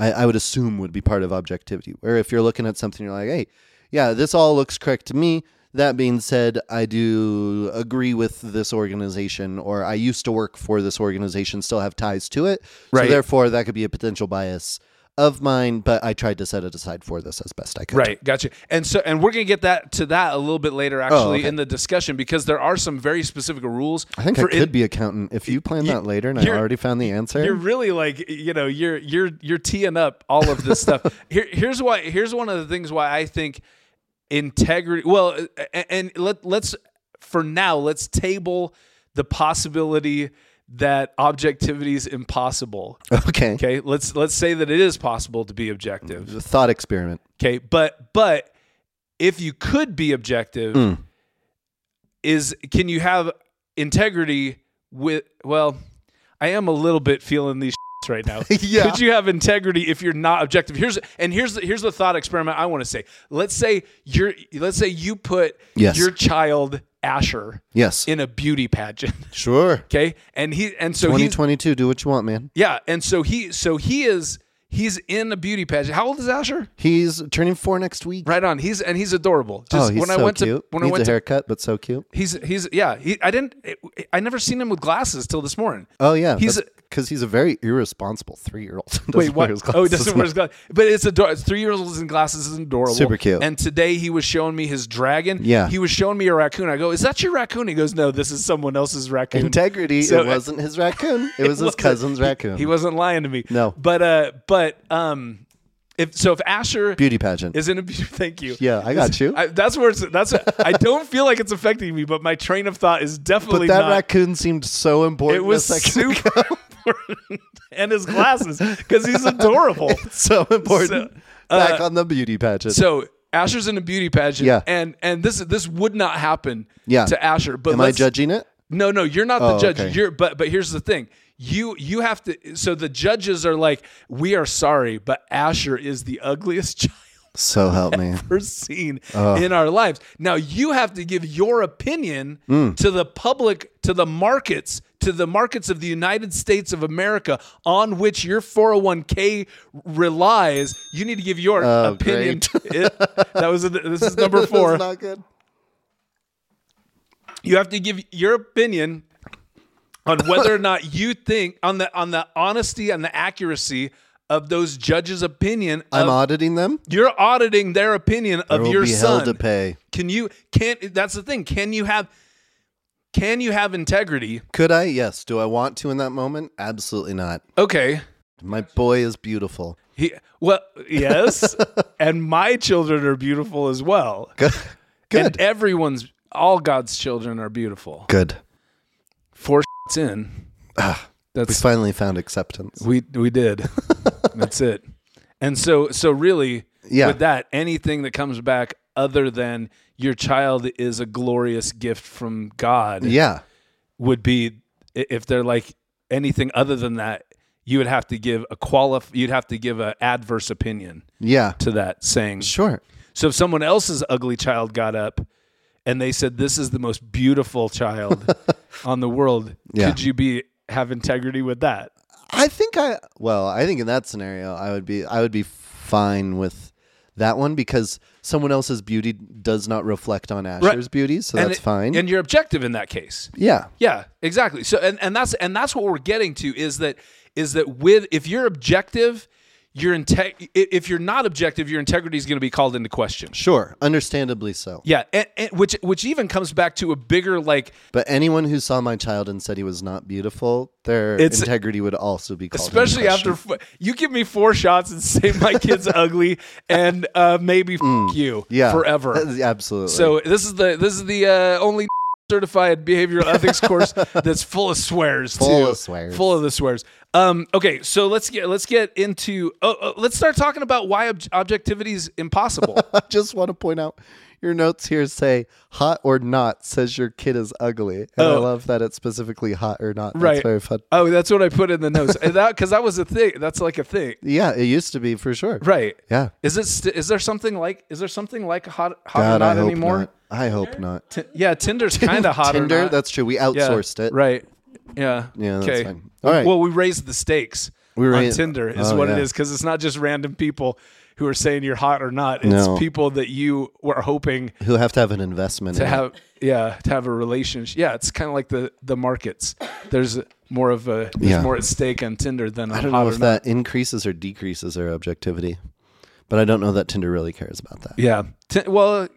Speaker 2: I, I would assume would be part of objectivity. Where if you're looking at something, you're like, hey, yeah, this all looks correct to me. That being said, I do agree with this organization, or I used to work for this organization, still have ties to it.
Speaker 1: Right.
Speaker 2: So therefore, that could be a potential bias of mine, but I tried to set it aside for this as best I could.
Speaker 1: Right, gotcha. And so, and we're gonna get that to that a little bit later, actually,
Speaker 2: Oh, okay.
Speaker 1: in the discussion because there are some very specific rules.
Speaker 2: I think I
Speaker 1: for
Speaker 2: could
Speaker 1: in-
Speaker 2: be accountant if you plan that later, and I
Speaker 1: you're-
Speaker 2: already found the
Speaker 1: You're
Speaker 2: answer.
Speaker 1: really like, you know, you're you're you're teeing up all of this stuff. Here, here's why. Here's one of the things why I think integrity. Well, and, and let let's for now let's table the possibility that objectivity is impossible.
Speaker 2: Okay.
Speaker 1: Okay, let's let's say that it is possible to be objective.
Speaker 2: The thought experiment.
Speaker 1: Okay, but but if you could be objective,
Speaker 2: Mm.
Speaker 1: is can you have integrity with? Well, I am a little bit feeling these right now.
Speaker 2: Yeah.
Speaker 1: Could you have integrity if you're not objective? Here's and here's the, here's the thought experiment I want to say. Let's say you're let's say you put
Speaker 2: Yes.
Speaker 1: your child Asher
Speaker 2: Yes.
Speaker 1: in a beauty pageant.
Speaker 2: sure.
Speaker 1: Okay, and he and so he's
Speaker 2: 2022, do what you want, man.
Speaker 1: yeah, and so he so he is he's in a beauty pageant. How old is Asher?
Speaker 2: He's turning four next week.
Speaker 1: Right on. He's and he's adorable.
Speaker 2: Oh,
Speaker 1: Just
Speaker 2: he's
Speaker 1: when
Speaker 2: so
Speaker 1: I went
Speaker 2: cute.
Speaker 1: to when
Speaker 2: Needs
Speaker 1: I went
Speaker 2: a
Speaker 1: to
Speaker 2: haircut, but so cute.
Speaker 1: he's he's yeah, he I didn't I never seen him with glasses till this morning.
Speaker 2: Oh yeah,
Speaker 1: He's
Speaker 2: because he's a very irresponsible three-year-old.
Speaker 1: Wait, what? Oh, he doesn't wear his glasses. But it's adorable. Three years old in glasses is adorable.
Speaker 2: Super cute.
Speaker 1: And today he was showing me his dragon.
Speaker 2: Yeah.
Speaker 1: He was showing me a raccoon. I go, Is that your raccoon? He goes, No, this is someone else's raccoon.
Speaker 2: Integrity.
Speaker 1: So-
Speaker 2: it wasn't his raccoon. It was his
Speaker 1: wasn't-
Speaker 2: cousin's raccoon.
Speaker 1: He wasn't lying to me.
Speaker 2: No.
Speaker 1: But uh but um if so if Asher
Speaker 2: Beauty pageant.
Speaker 1: Isn't it? be- Thank you.
Speaker 2: Yeah, I got you.
Speaker 1: I, that's where it's. That's. I don't feel like it's affecting me, but my train of thought is
Speaker 2: but
Speaker 1: definitely
Speaker 2: that
Speaker 1: not.
Speaker 2: raccoon seemed so important.
Speaker 1: it was
Speaker 2: a second ago.
Speaker 1: super important, and his glasses because he's adorable.
Speaker 2: so important. Back on the beauty pageant.
Speaker 1: uh, So Asher's in a beauty pageant.
Speaker 2: Yeah.
Speaker 1: And and this this would not happen.
Speaker 2: Yeah.
Speaker 1: To Asher, but
Speaker 2: Am I
Speaker 1: let's-
Speaker 2: judging it?
Speaker 1: No, no, you're not
Speaker 2: Oh,
Speaker 1: the judge.
Speaker 2: okay.
Speaker 1: You're but but here's the thing. You you have to. So the judges are like, we are sorry, but Asher is the ugliest child.
Speaker 2: So help me.
Speaker 1: ever seen in our lives. Now you have to give your opinion
Speaker 2: Hmm.
Speaker 1: to the public, to the markets, to the markets of the United States of America on which your 401k relies. You need to give your
Speaker 2: Oh,
Speaker 1: opinion. It- that was this is number
Speaker 2: That's
Speaker 1: 4.
Speaker 2: not good.
Speaker 1: you have to give your opinion on whether or not you think on the on the honesty and the accuracy of those judges' opinion
Speaker 2: I'm
Speaker 1: of,
Speaker 2: auditing them.
Speaker 1: you're auditing their opinion of
Speaker 2: Will
Speaker 1: your
Speaker 2: be
Speaker 1: son.
Speaker 2: held to pay.
Speaker 1: Can you can't that's the thing. Can you have can you have integrity?
Speaker 2: Could I? Yes. Do I want to in that moment? Absolutely not.
Speaker 1: Okay.
Speaker 2: My boy is beautiful.
Speaker 1: He, well, yes. and my children are beautiful as well.
Speaker 2: Good.
Speaker 1: And
Speaker 2: Good.
Speaker 1: everyone's all God's children are beautiful.
Speaker 2: Good.
Speaker 1: Four shits in.
Speaker 2: Ah, We
Speaker 1: That's
Speaker 2: finally found acceptance.
Speaker 1: we we did. that's it. And so so really
Speaker 2: Yeah.
Speaker 1: with that anything that comes back other than your child is a glorious gift from God.
Speaker 2: Yeah.
Speaker 1: would be i- if they're like anything other than that you would have to give a qualif you'd have to give an adverse opinion
Speaker 2: Yeah.
Speaker 1: to that saying
Speaker 2: Sure.
Speaker 1: so if someone else's ugly child got up and they said this is the most beautiful child on the world
Speaker 2: Yeah.
Speaker 1: could you be have integrity with that
Speaker 2: I think I well, I think in that scenario I would be I would be fine with that one because someone else's beauty does not reflect on Asher's beauty, so
Speaker 1: And
Speaker 2: that's
Speaker 1: it-
Speaker 2: fine.
Speaker 1: and you're objective in that case
Speaker 2: yeah.
Speaker 1: Yeah, exactly. So and, and that's and that's what we're getting to is that is that with if you're objective, your integ- i- if you're not objective, your integrity is going to be called into question.
Speaker 2: Sure. Understandably so.
Speaker 1: Yeah, and, and which which even comes back to a bigger like
Speaker 2: But anyone who saw my child and said he was not beautiful, their
Speaker 1: It's-
Speaker 2: integrity would also be called. into
Speaker 1: especially
Speaker 2: question.
Speaker 1: after f- you give me four shots and say my kid's ugly and uh maybe f- you
Speaker 2: Mm, yeah,
Speaker 1: forever.
Speaker 2: That's- Absolutely.
Speaker 1: So this is the this is the uh, only certified behavioral ethics course that's full of swears
Speaker 2: Full
Speaker 1: too.
Speaker 2: of swears.
Speaker 1: full of the swears um okay so let's get let's get into oh, oh, let's start talking about why ob- objectivity is impossible
Speaker 2: I just want to point out your notes here say hot or not says your kid is ugly. And I
Speaker 1: Oh.
Speaker 2: love that it's specifically hot or not.
Speaker 1: Right.
Speaker 2: That's very fun.
Speaker 1: oh that's what i put in the notes And that because that was a thing that's like a thing
Speaker 2: Yeah, it used to be for sure.
Speaker 1: right
Speaker 2: Yeah.
Speaker 1: is it st- is there something like is there something like hot hot or
Speaker 2: God, I
Speaker 1: not
Speaker 2: hope
Speaker 1: anymore
Speaker 2: not. I hope not.
Speaker 1: T- yeah tinder's kind of hot or
Speaker 2: Tinder,
Speaker 1: not.
Speaker 2: that's true. We
Speaker 1: yeah,
Speaker 2: outsourced it.
Speaker 1: right yeah
Speaker 2: Yeah, that's
Speaker 1: okay
Speaker 2: fine. All right.
Speaker 1: well we raised the stakes
Speaker 2: We
Speaker 1: on
Speaker 2: raised-
Speaker 1: tinder is
Speaker 2: oh,
Speaker 1: what it
Speaker 2: yeah.
Speaker 1: is because it's not just random people who are saying you're hot or not it's
Speaker 2: No.
Speaker 1: people that you were hoping
Speaker 2: Who have to have an investment
Speaker 1: to
Speaker 2: in it.
Speaker 1: have yeah to have a relationship yeah it's kind of like the the markets there's more of a there's
Speaker 2: Yeah.
Speaker 1: more at stake on tinder than on
Speaker 2: I don't
Speaker 1: hot
Speaker 2: know
Speaker 1: or
Speaker 2: if
Speaker 1: not.
Speaker 2: that increases or decreases their objectivity. But I don't know that Tinder really cares about that.
Speaker 1: yeah Ti- well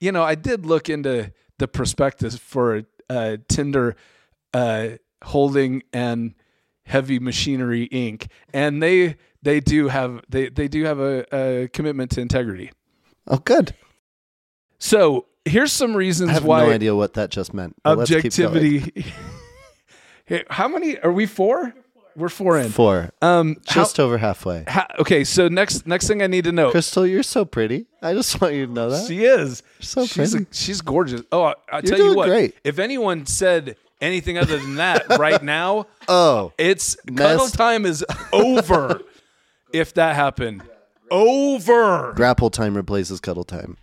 Speaker 1: you know i did look into the prospectus for uh tinder uh holding and heavy machinery inc and they they do have they they do have a, a commitment to integrity
Speaker 2: Oh good.
Speaker 1: so here's some reasons
Speaker 2: I have
Speaker 1: why
Speaker 2: no idea what that just meant. but let's keep going.
Speaker 1: objectivity. Hey, how many are we? Four. We're four in.
Speaker 2: Four.
Speaker 1: Um, how-
Speaker 2: just over halfway.
Speaker 1: how- okay, so next next thing I need to know.
Speaker 2: Crystal, you're so pretty. I just want you to know that.
Speaker 1: She is.
Speaker 2: so
Speaker 1: she's,
Speaker 2: pretty.
Speaker 1: she's gorgeous. Oh, I, I tell you
Speaker 2: doing
Speaker 1: what.
Speaker 2: great.
Speaker 1: If anyone said anything other than that right now,
Speaker 2: Oh,
Speaker 1: it's cuddle
Speaker 2: Messed.
Speaker 1: time is over. if that happened, over.
Speaker 2: grapple time replaces cuddle time.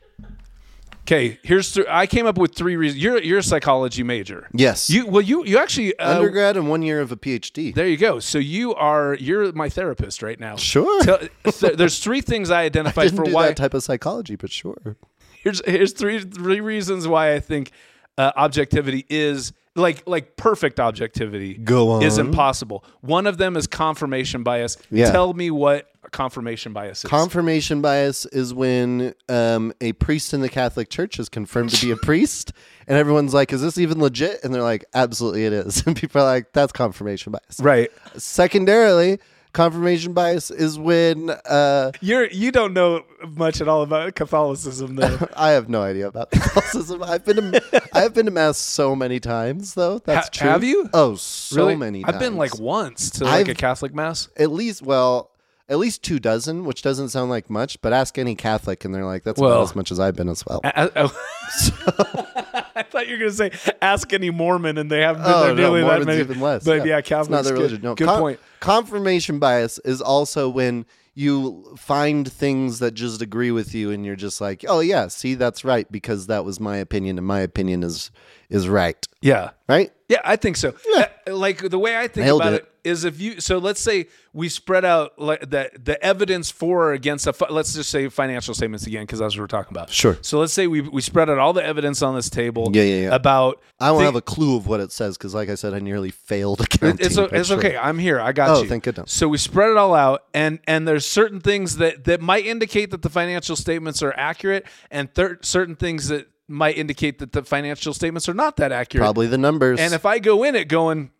Speaker 1: Okay, here's th- I came up with three reasons. You're you're a psychology major.
Speaker 2: Yes.
Speaker 1: You well you you actually uh,
Speaker 2: Undergrad and one year of a PhD.
Speaker 1: there you go. So you are you're my therapist right now.
Speaker 2: Sure.
Speaker 1: Tell- th- there's three things I identified
Speaker 2: Didn't
Speaker 1: for
Speaker 2: do
Speaker 1: why
Speaker 2: that type of psychology, but sure.
Speaker 1: here's here's three three reasons why I think uh, objectivity is like like perfect objectivity
Speaker 2: Go on.
Speaker 1: is impossible. One of them is confirmation bias.
Speaker 2: Yeah.
Speaker 1: Tell me what confirmation bias is.
Speaker 2: Confirmation bias is when um, a priest in the Catholic Church is confirmed to be a priest, and everyone's like, "Is this even legit?" And they're like, "Absolutely, it is." And people are like, "That's confirmation bias."
Speaker 1: right.
Speaker 2: Secondarily, confirmation bias is when uh,
Speaker 1: You're you don't know much at all about Catholicism though.
Speaker 2: I have no idea about Catholicism. I've been to, I've been to mass so many times, though. That's
Speaker 1: Ha-
Speaker 2: true.
Speaker 1: have you?
Speaker 2: Oh, so
Speaker 1: Really?
Speaker 2: many.
Speaker 1: I've been
Speaker 2: times.
Speaker 1: like once to like
Speaker 2: I've-
Speaker 1: a Catholic mass.
Speaker 2: at least well at least two dozen which doesn't sound like much but ask any catholic and they're like that's
Speaker 1: Well-
Speaker 2: about as much as i've been as well
Speaker 1: A- a- oh. I thought you were going to say ask any Mormon, and they haven't been
Speaker 2: Oh,
Speaker 1: there
Speaker 2: no,
Speaker 1: nearly that
Speaker 2: Mormons
Speaker 1: many.
Speaker 2: even less.
Speaker 1: But yeah,
Speaker 2: It's
Speaker 1: Catholics.
Speaker 2: not their
Speaker 1: good-
Speaker 2: religion. No,
Speaker 1: good
Speaker 2: con-
Speaker 1: point.
Speaker 2: Confirmation bias is also when you find things that just agree with you, and you're just like, "Oh yeah, see, that's right," because that was my opinion, and my opinion is is right,
Speaker 1: Yeah,
Speaker 2: right?
Speaker 1: Yeah, I think so. Uh, Like the way I think
Speaker 2: Nailed
Speaker 1: about
Speaker 2: it.
Speaker 1: it is if you so let's say we spread out like the the evidence for or against a fi- let's just say financial statements again because that's what we're talking about.
Speaker 2: Sure.
Speaker 1: So let's say we we spread out all the evidence on this table.
Speaker 2: Yeah, yeah, yeah.
Speaker 1: About
Speaker 2: I don't
Speaker 1: thi-
Speaker 2: have a clue of what it says because, like I said, I nearly failed accounting.
Speaker 1: it's o-
Speaker 2: but
Speaker 1: it's
Speaker 2: sure.
Speaker 1: okay. I'm here. I got
Speaker 2: Oh,
Speaker 1: you.
Speaker 2: thank goodness.
Speaker 1: So we spread it all out, and and there's certain things that that might indicate that the financial statements are accurate, and thir- certain things that might indicate that the financial statements are not that accurate.
Speaker 2: Probably the numbers.
Speaker 1: And if I go in it going,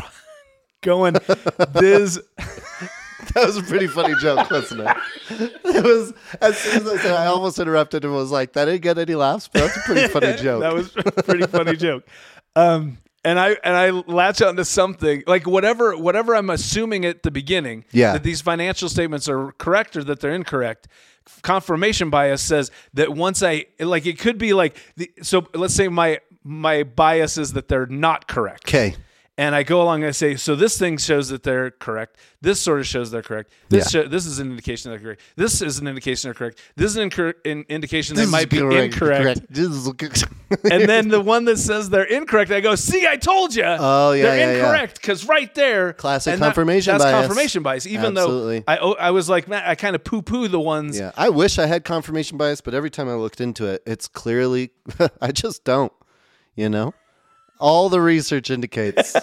Speaker 1: going, this,
Speaker 2: That was a pretty funny joke, wasn't it? It was as soon as I said, I almost interrupted and was like, "That didn't get any laughs, but that's a pretty funny joke."
Speaker 1: that was a pretty funny joke. Um, and I and I latch onto something like whatever whatever I'm assuming at the beginning
Speaker 2: Yeah.
Speaker 1: that these financial statements are correct or that they're incorrect. Confirmation bias says that once I like it could be like the, so let's say my my bias is that they're not correct.
Speaker 2: okay.
Speaker 1: and I go along and I say, so this thing shows that they're correct. This sort of shows they're correct. This
Speaker 2: Yeah.
Speaker 1: show, this is an indication they're correct. This is an indication they're correct. This is an, incor- an indication they
Speaker 2: This
Speaker 1: might
Speaker 2: is
Speaker 1: be
Speaker 2: correct,
Speaker 1: incorrect.
Speaker 2: correct. This is correct.
Speaker 1: And then the one that says they're incorrect, I go, see, I told you.
Speaker 2: Oh, yeah,
Speaker 1: they're
Speaker 2: yeah, yeah.
Speaker 1: incorrect because right there,
Speaker 2: Classic
Speaker 1: and that-
Speaker 2: confirmation
Speaker 1: that's
Speaker 2: bias.
Speaker 1: confirmation bias. Even
Speaker 2: Absolutely.
Speaker 1: though I, oh, I was like, man, I kind of poo poo the ones.
Speaker 2: yeah, I wish I had confirmation bias, but every time I looked into it, it's clearly I just don't. You know, all the research indicates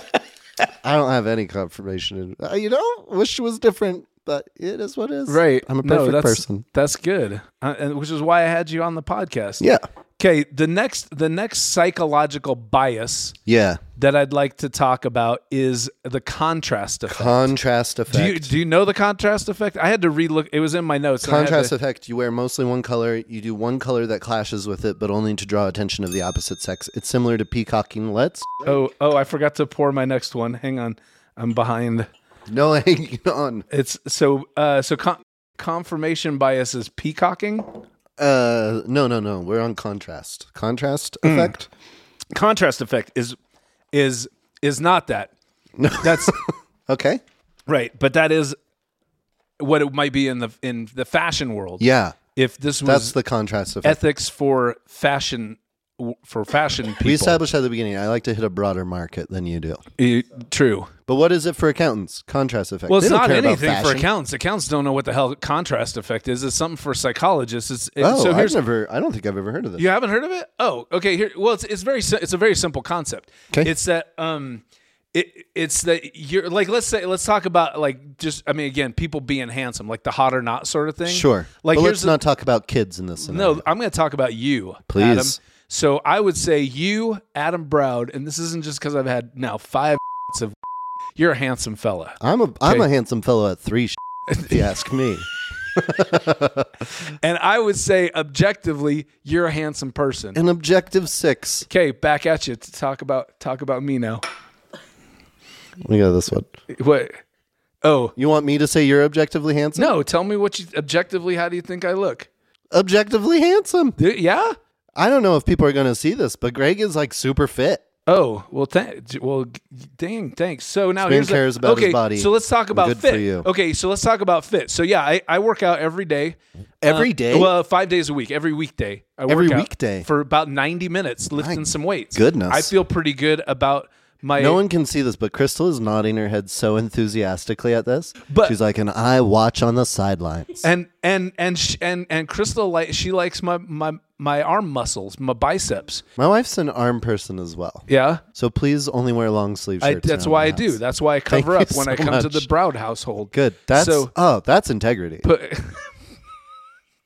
Speaker 2: I don't have any confirmation. Uh, you know, wish it was different, but it is what it is. I'm a
Speaker 1: No,
Speaker 2: perfect
Speaker 1: that's-
Speaker 2: person.
Speaker 1: That's good, uh, and which is why I had you on the podcast.
Speaker 2: Yeah.
Speaker 1: Okay. The next, the next psychological bias.
Speaker 2: Yeah.
Speaker 1: that I'd like to talk about is the contrast effect.
Speaker 2: Contrast effect.
Speaker 1: do you do you know the contrast effect? I had to relook. It was in my notes. and I had
Speaker 2: Contrast
Speaker 1: to-
Speaker 2: effect, you wear mostly one color, you do one color that clashes with it, but only to draw attention of the opposite sex. It's similar to peacocking. Let's
Speaker 1: oh oh, I forgot to pour my next one. Hang on, I'm behind.
Speaker 2: no hanging on.
Speaker 1: It's so uh so con- confirmation bias is peacocking.
Speaker 2: Uh no no no. We're on contrast. Contrast
Speaker 1: Hmm.
Speaker 2: effect?
Speaker 1: Contrast effect is is is not that. No, that's
Speaker 2: Okay.
Speaker 1: right, but that is what it might be in the in the fashion world.
Speaker 2: Yeah.
Speaker 1: If this
Speaker 2: That's
Speaker 1: was
Speaker 2: the contrast effect.
Speaker 1: ethics for fashion for fashion
Speaker 2: We
Speaker 1: people.
Speaker 2: established at the beginning, I like to hit a broader market than you do.
Speaker 1: Eh, true.
Speaker 2: But what is it for accountants? Contrast effect.
Speaker 1: Well,
Speaker 2: They
Speaker 1: it's
Speaker 2: don't
Speaker 1: not
Speaker 2: care about
Speaker 1: anything for
Speaker 2: fashion.
Speaker 1: accountants. Accountants don't know what the hell contrast effect is. It's something for psychologists. It's, it-
Speaker 2: Oh,
Speaker 1: so
Speaker 2: I've
Speaker 1: here's
Speaker 2: never I don't think I've ever heard of this.
Speaker 1: you haven't heard of it? Oh, okay. Here, well, it's it's very si- it's a very simple concept.
Speaker 2: 'Kay.
Speaker 1: It's that um, it it's that you're like let's say let's talk about like just I mean again people being handsome like the hot or not sort of thing.
Speaker 2: Sure.
Speaker 1: Like
Speaker 2: but
Speaker 1: here's
Speaker 2: let's
Speaker 1: the-
Speaker 2: not talk about kids in this scenario.
Speaker 1: no, I'm going to talk about you,
Speaker 2: Please.
Speaker 1: Adam. So I would say you, Adam Browd, and this isn't just because I've had now five of. You're a handsome fella.
Speaker 2: I'm a am
Speaker 1: Okay.
Speaker 2: a handsome fellow at three. Sh- if you ask me,
Speaker 1: and I would say objectively, you're a handsome person.
Speaker 2: An objective six.
Speaker 1: Okay, back at you to talk about talk about me now.
Speaker 2: We got this one.
Speaker 1: What? Oh
Speaker 2: You want me to say you're objectively handsome?
Speaker 1: no! Tell me what you objectively. How do you think I look?
Speaker 2: Objectively handsome.
Speaker 1: Do- Yeah.
Speaker 2: I don't know if people are going to see this, but Greg is like super fit.
Speaker 1: Oh well, th- well, g- dang, thanks. So now
Speaker 2: Spin
Speaker 1: here's the-
Speaker 2: cares about his
Speaker 1: okay,
Speaker 2: body.
Speaker 1: So let's talk about
Speaker 2: Good for
Speaker 1: fit.
Speaker 2: you.
Speaker 1: Okay, so let's talk about fit. So yeah, I, I work out every day.
Speaker 2: Every
Speaker 1: Every day.
Speaker 2: day?
Speaker 1: Well, five days a week, every weekday. I
Speaker 2: Every
Speaker 1: work out
Speaker 2: weekday?
Speaker 1: for about ninety minutes, lifting some weights.
Speaker 2: goodness.
Speaker 1: I feel pretty good about my.
Speaker 2: No one can see this, but Crystal is nodding her head so enthusiastically at this.
Speaker 1: But-
Speaker 2: she's like, and I watch on the sidelines.
Speaker 1: and and and sh- and and Crystal like she likes my my my arm muscles, my biceps.
Speaker 2: My wife's an arm person as well,
Speaker 1: Yeah.
Speaker 2: so please only wear long sleeve
Speaker 1: I,
Speaker 2: shirts.
Speaker 1: that's
Speaker 2: around
Speaker 1: why I
Speaker 2: the
Speaker 1: do.
Speaker 2: house.
Speaker 1: That's why I cover
Speaker 2: Thank
Speaker 1: up
Speaker 2: you
Speaker 1: when I
Speaker 2: so
Speaker 1: come to the
Speaker 2: much.
Speaker 1: Browd household.
Speaker 2: Good. That's
Speaker 1: so
Speaker 2: oh, that's integrity.
Speaker 1: put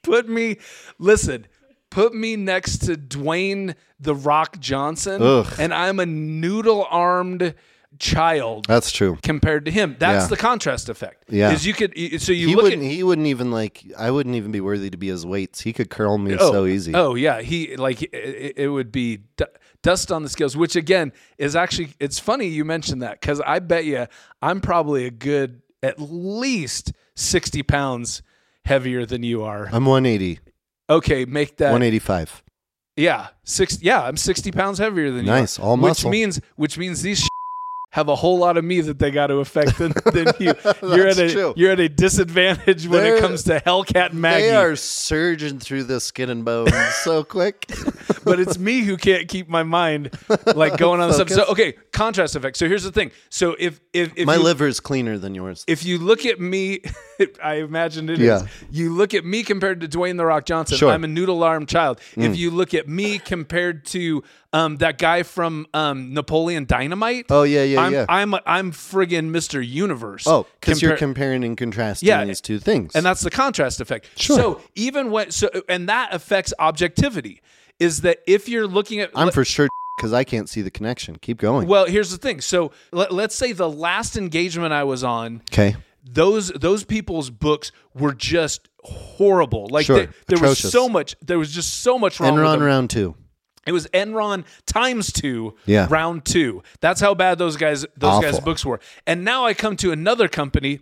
Speaker 1: put me listen put me next to dwayne the rock johnson
Speaker 2: Ugh.
Speaker 1: and i'm a noodle armed child
Speaker 2: that's true.
Speaker 1: compared to him that's
Speaker 2: Uh, Yeah.
Speaker 1: the contrast effect
Speaker 2: Yeah.
Speaker 1: is you could you- so you
Speaker 2: He
Speaker 1: look
Speaker 2: wouldn't.
Speaker 1: at
Speaker 2: he wouldn't even like. I wouldn't even be worthy to be his weights. He could curl me
Speaker 1: oh,
Speaker 2: so easy.
Speaker 1: oh yeah he like it- it, it would be d- dust on the scales which again is actually it's funny you mentioned that because i bet you i'm probably a good at least 60 pounds heavier than you are
Speaker 2: I'm 180,
Speaker 1: okay make that
Speaker 2: 185.
Speaker 1: Yeah, six. Yeah, I'm sixty pounds heavier than
Speaker 2: Nice,
Speaker 1: you.
Speaker 2: all
Speaker 1: which
Speaker 2: muscle.
Speaker 1: means which means these have a whole lot of me that they got to affect than, than you. You're at
Speaker 2: That's
Speaker 1: a
Speaker 2: true.
Speaker 1: you're at a disadvantage when it
Speaker 2: They're-
Speaker 1: comes to Hellcat and Maggie.
Speaker 2: They are surging through the skin and bone so quick.
Speaker 1: but it's me who can't keep my mind like going on the stuff. So
Speaker 2: Focus.
Speaker 1: okay, contrast effect. So here's the thing. So if if if
Speaker 2: My
Speaker 1: you,
Speaker 2: liver's cleaner than yours.
Speaker 1: if you look at me, I imagine it is.
Speaker 2: Yeah.
Speaker 1: You look at me compared to Dwayne the Rock Johnson.
Speaker 2: Sure. Mm.
Speaker 1: I'm a noodle arm child. If you look at me compared to um, that guy from um, Napoleon Dynamite.
Speaker 2: Oh, yeah, yeah,
Speaker 1: I'm,
Speaker 2: yeah.
Speaker 1: I'm I'm friggin' Mr. Universe.
Speaker 2: Oh, because you're
Speaker 1: Compar-
Speaker 2: comparing and contrasting
Speaker 1: Yeah,
Speaker 2: these two things.
Speaker 1: and that's the contrast effect.
Speaker 2: Sure.
Speaker 1: So even when so and that affects objectivity. Is that if you're looking at
Speaker 2: I'm for sure because I can't see the connection. Keep going.
Speaker 1: well, here's the thing. So let, let's say the last engagement I was on,
Speaker 2: Okay.
Speaker 1: those those people's books were just horrible. Like
Speaker 2: Sure.
Speaker 1: they- there was
Speaker 2: Atrocious.
Speaker 1: so much, there was just so much wrong. with
Speaker 2: Enron
Speaker 1: them.
Speaker 2: round two.
Speaker 1: It was Enron times two,
Speaker 2: Yeah.
Speaker 1: round two. That's how bad those guys those guys'
Speaker 2: Awful.
Speaker 1: books were. And now I come to another company,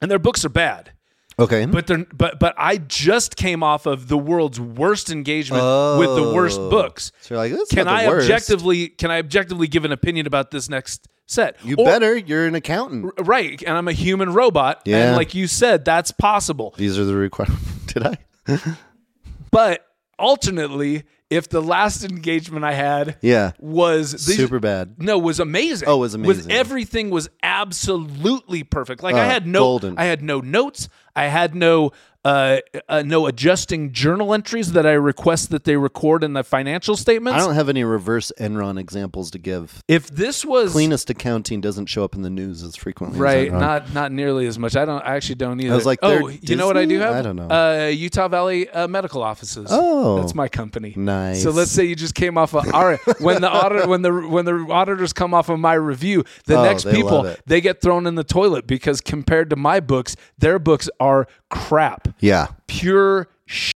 Speaker 1: and their books are bad.
Speaker 2: Okay.
Speaker 1: But they're but but I just came off of the world's worst engagement with the worst
Speaker 2: Oh.
Speaker 1: books.
Speaker 2: so you're like, that's
Speaker 1: Can
Speaker 2: not the
Speaker 1: I
Speaker 2: worst.
Speaker 1: objectively can I objectively give an opinion about this next set?
Speaker 2: You
Speaker 1: Or-
Speaker 2: better. You're an accountant.
Speaker 1: Right, and I'm a human robot, and
Speaker 2: Yeah.
Speaker 1: like you said, that's possible.
Speaker 2: These are the requirements. Did I?
Speaker 1: But alternately, if the last engagement I had
Speaker 2: Yeah.
Speaker 1: was these,
Speaker 2: Super bad.
Speaker 1: no was amazing.
Speaker 2: Oh, was amazing.
Speaker 1: everything was absolutely perfect. Like I
Speaker 2: Uh,
Speaker 1: had no
Speaker 2: golden.
Speaker 1: I had no notes. I had no uh, uh no adjusting journal entries that I request that they record in the financial statements.
Speaker 2: I don't have any reverse Enron examples to give.
Speaker 1: if this was
Speaker 2: Cleanest accounting doesn't show up in the news as frequently. as
Speaker 1: Right,
Speaker 2: Enron.
Speaker 1: not not nearly as much. I don't. I actually don't either.
Speaker 2: was like,
Speaker 1: oh,
Speaker 2: they're
Speaker 1: you know what I do
Speaker 2: Disney?
Speaker 1: have?
Speaker 2: I don't know.
Speaker 1: Uh, Utah Valley uh, Medical Offices.
Speaker 2: Oh.
Speaker 1: that's my company.
Speaker 2: Nice.
Speaker 1: So let's say you just came off of all right. When the audit, when the when the auditors come off of my review, the
Speaker 2: Oh,
Speaker 1: next
Speaker 2: they love
Speaker 1: people
Speaker 2: it.
Speaker 1: they get thrown in the toilet because compared to my books, their books are crap,
Speaker 2: Yeah.
Speaker 1: pure shit.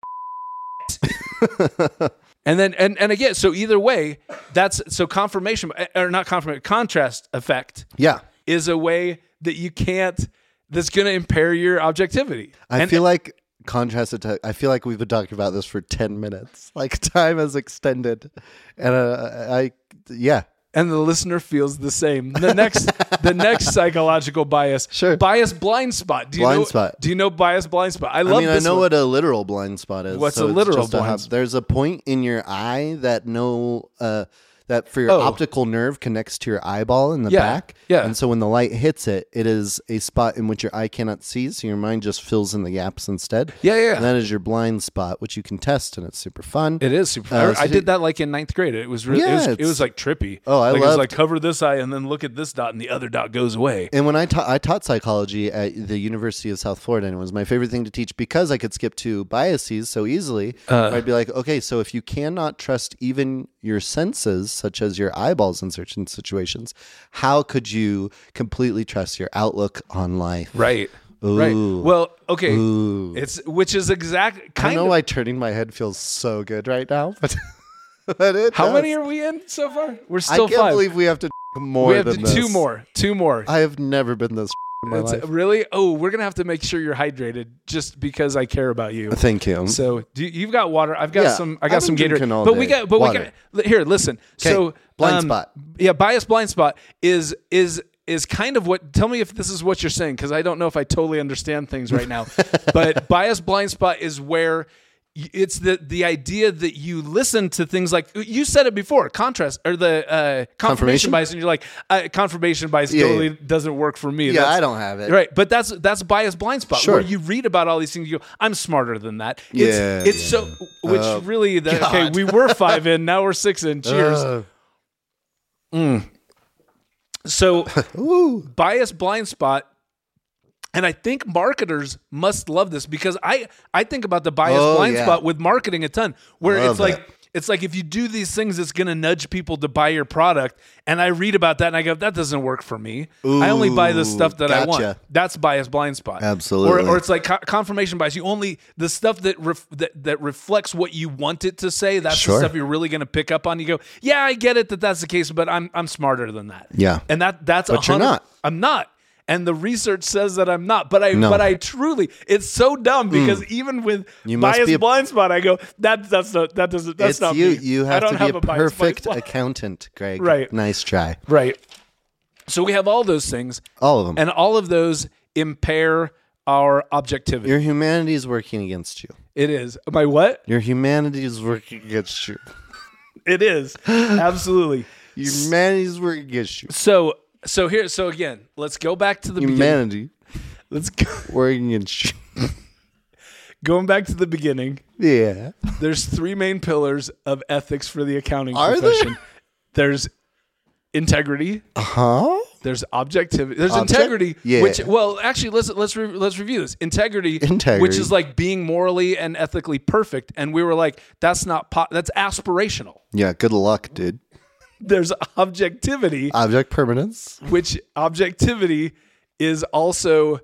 Speaker 1: and then and and again, so either way, that's so confirmation or not confirmation contrast effect
Speaker 2: Yeah.
Speaker 1: is a way that you can't that's going to impair your objectivity.
Speaker 2: I
Speaker 1: and
Speaker 2: feel like contrast attack. I feel like we've been talking about this for ten minutes. Like time has extended, and uh, I yeah.
Speaker 1: and the listener feels the same. The next the next psychological bias,
Speaker 2: Sure.
Speaker 1: bias blind spot. Do you
Speaker 2: Blind
Speaker 1: know,
Speaker 2: spot.
Speaker 1: Do you know bias blind spot? I love
Speaker 2: I mean, I
Speaker 1: this
Speaker 2: know
Speaker 1: one.
Speaker 2: what a literal blind spot is.
Speaker 1: What's a
Speaker 2: it's
Speaker 1: literal
Speaker 2: just
Speaker 1: blind
Speaker 2: hub-
Speaker 1: spot?
Speaker 2: There's a point in your eye that no, uh, that for your
Speaker 1: Oh.
Speaker 2: optical nerve connects to your eyeball in the
Speaker 1: Yeah,
Speaker 2: back.
Speaker 1: yeah.
Speaker 2: And so when the light hits it, it is a spot in which your eye cannot see, so your mind just fills in the gaps instead.
Speaker 1: Yeah, yeah, yeah.
Speaker 2: And that is your blind spot, which you can test, and it's super fun.
Speaker 1: It is super.
Speaker 2: Uh,
Speaker 1: I, I
Speaker 2: so-
Speaker 1: did that like in ninth grade. It was really.
Speaker 2: Yeah,
Speaker 1: it, was, it
Speaker 2: it's-
Speaker 1: was like trippy.
Speaker 2: Oh, I
Speaker 1: like, it was
Speaker 2: loved-
Speaker 1: like cover this eye and then look at this dot and the other dot goes away.
Speaker 2: And when I taught, I taught psychology at the University of South Florida, and it was my favorite thing to teach because I could skip to biases so easily.
Speaker 1: Uh.
Speaker 2: I'd be like, okay, so if you cannot trust even your senses, such as your eyeballs in certain situations, how could you completely trust your outlook on life?
Speaker 1: Right. Right.
Speaker 2: Ooh.
Speaker 1: Well, okay.
Speaker 2: Ooh.
Speaker 1: It's which is exact
Speaker 2: I
Speaker 1: kind
Speaker 2: know
Speaker 1: of
Speaker 2: why turning my head feels so good right now, but, but it
Speaker 1: How
Speaker 2: does.
Speaker 1: many are we in so far? We're
Speaker 2: I
Speaker 1: still
Speaker 2: can't
Speaker 1: five.
Speaker 2: believe we have to more
Speaker 1: we have
Speaker 2: than
Speaker 1: to,
Speaker 2: this.
Speaker 1: two more. Two more.
Speaker 2: I have never been this in my
Speaker 1: It's-
Speaker 2: life.
Speaker 1: really? Oh, we're gonna have to make sure you're hydrated just because I care about you.
Speaker 2: Thank you.
Speaker 1: So do you, you've got water. I've got
Speaker 2: Yeah,
Speaker 1: some. I got
Speaker 2: I've
Speaker 1: some
Speaker 2: been
Speaker 1: Gatorade.
Speaker 2: drinking all
Speaker 1: But we
Speaker 2: day.
Speaker 1: got. But we
Speaker 2: Water.
Speaker 1: got. li- Here, listen. So um,
Speaker 2: blind spot.
Speaker 1: Yeah, bias blind spot is is is kind of what. Tell me if this is what you're saying because I don't know if I totally understand things right now. but bias blind spot is where. y- It's the the idea that you listen to things like you said it before contrast or the uh, confirmation,
Speaker 2: Confirmation?
Speaker 1: bias and you're like uh, confirmation bias
Speaker 2: yeah.
Speaker 1: totally doesn't work for me.
Speaker 2: yeah,
Speaker 1: That's-
Speaker 2: I don't have it.
Speaker 1: Right, but that's that's bias blind spot
Speaker 2: Sure.
Speaker 1: where you read about all these things. You go, I'm smarter than that.
Speaker 2: Yeah. Uh,
Speaker 1: it's, it's so which really the, okay.
Speaker 2: God.
Speaker 1: We were five in, now we're six in. Cheers.
Speaker 2: Uh,
Speaker 1: so
Speaker 2: ooh.
Speaker 1: bias blind spot, and I think marketers must love this because I I think about the bias
Speaker 2: Oh,
Speaker 1: blind
Speaker 2: yeah.
Speaker 1: spot with marketing a ton, where
Speaker 2: Love
Speaker 1: it's like.
Speaker 2: it.
Speaker 1: It's like if you do these things, it's going to nudge people to buy your product. And I read about that and I go, that doesn't work for me. I only buy the
Speaker 2: Ooh,
Speaker 1: stuff that I want.
Speaker 2: gotcha.
Speaker 1: That's bias blind spot.
Speaker 2: Absolutely.
Speaker 1: Or, or it's like co- confirmation bias. You only the stuff that ref, that that reflects what you want it to say. That's
Speaker 2: Sure.
Speaker 1: the stuff you're really going to pick up on. You go, yeah, I get it that that's the case, but I'm I'm smarter than that.
Speaker 2: Yeah.
Speaker 1: and that that's but
Speaker 2: you're not.
Speaker 1: I'm not. And the research says that I'm not, but I but I truly it's so dumb because even with
Speaker 2: Mm. must
Speaker 1: bias
Speaker 2: be a-
Speaker 1: blind spot, I go that that's not that doesn't that's
Speaker 2: It's
Speaker 1: not
Speaker 2: you.
Speaker 1: me.
Speaker 2: You
Speaker 1: I
Speaker 2: have
Speaker 1: don't
Speaker 2: to be
Speaker 1: have
Speaker 2: a,
Speaker 1: bias blind
Speaker 2: perfect
Speaker 1: spot.
Speaker 2: accountant, Greg.
Speaker 1: Right.
Speaker 2: Nice try.
Speaker 1: Right. So we have all those things,
Speaker 2: All of them.
Speaker 1: and all of those impair our objectivity.
Speaker 2: Your humanity is working against you.
Speaker 1: it is my what?
Speaker 2: Your humanity is working against you.
Speaker 1: It is absolutely
Speaker 2: Your humanity is working against you.
Speaker 1: so. So here, so again, let's go back to the beginning.
Speaker 2: Humanity
Speaker 1: Let's go,
Speaker 2: working against you.
Speaker 1: going back to the beginning.
Speaker 2: Yeah.
Speaker 1: There's three main pillars of ethics for the accounting
Speaker 2: Are there?
Speaker 1: profession. There's integrity.
Speaker 2: Huh?
Speaker 1: There's objectivity. There's
Speaker 2: Object-
Speaker 1: integrity.
Speaker 2: Yeah.
Speaker 1: Which, well, actually, let's let's re- let's review this. Integrity, which
Speaker 2: Integrity.
Speaker 1: is like being morally and ethically perfect. And we were like, that's not po- that's aspirational.
Speaker 2: Yeah. Good luck, dude.
Speaker 1: There's objectivity.
Speaker 2: Object permanence.
Speaker 1: which objectivity is also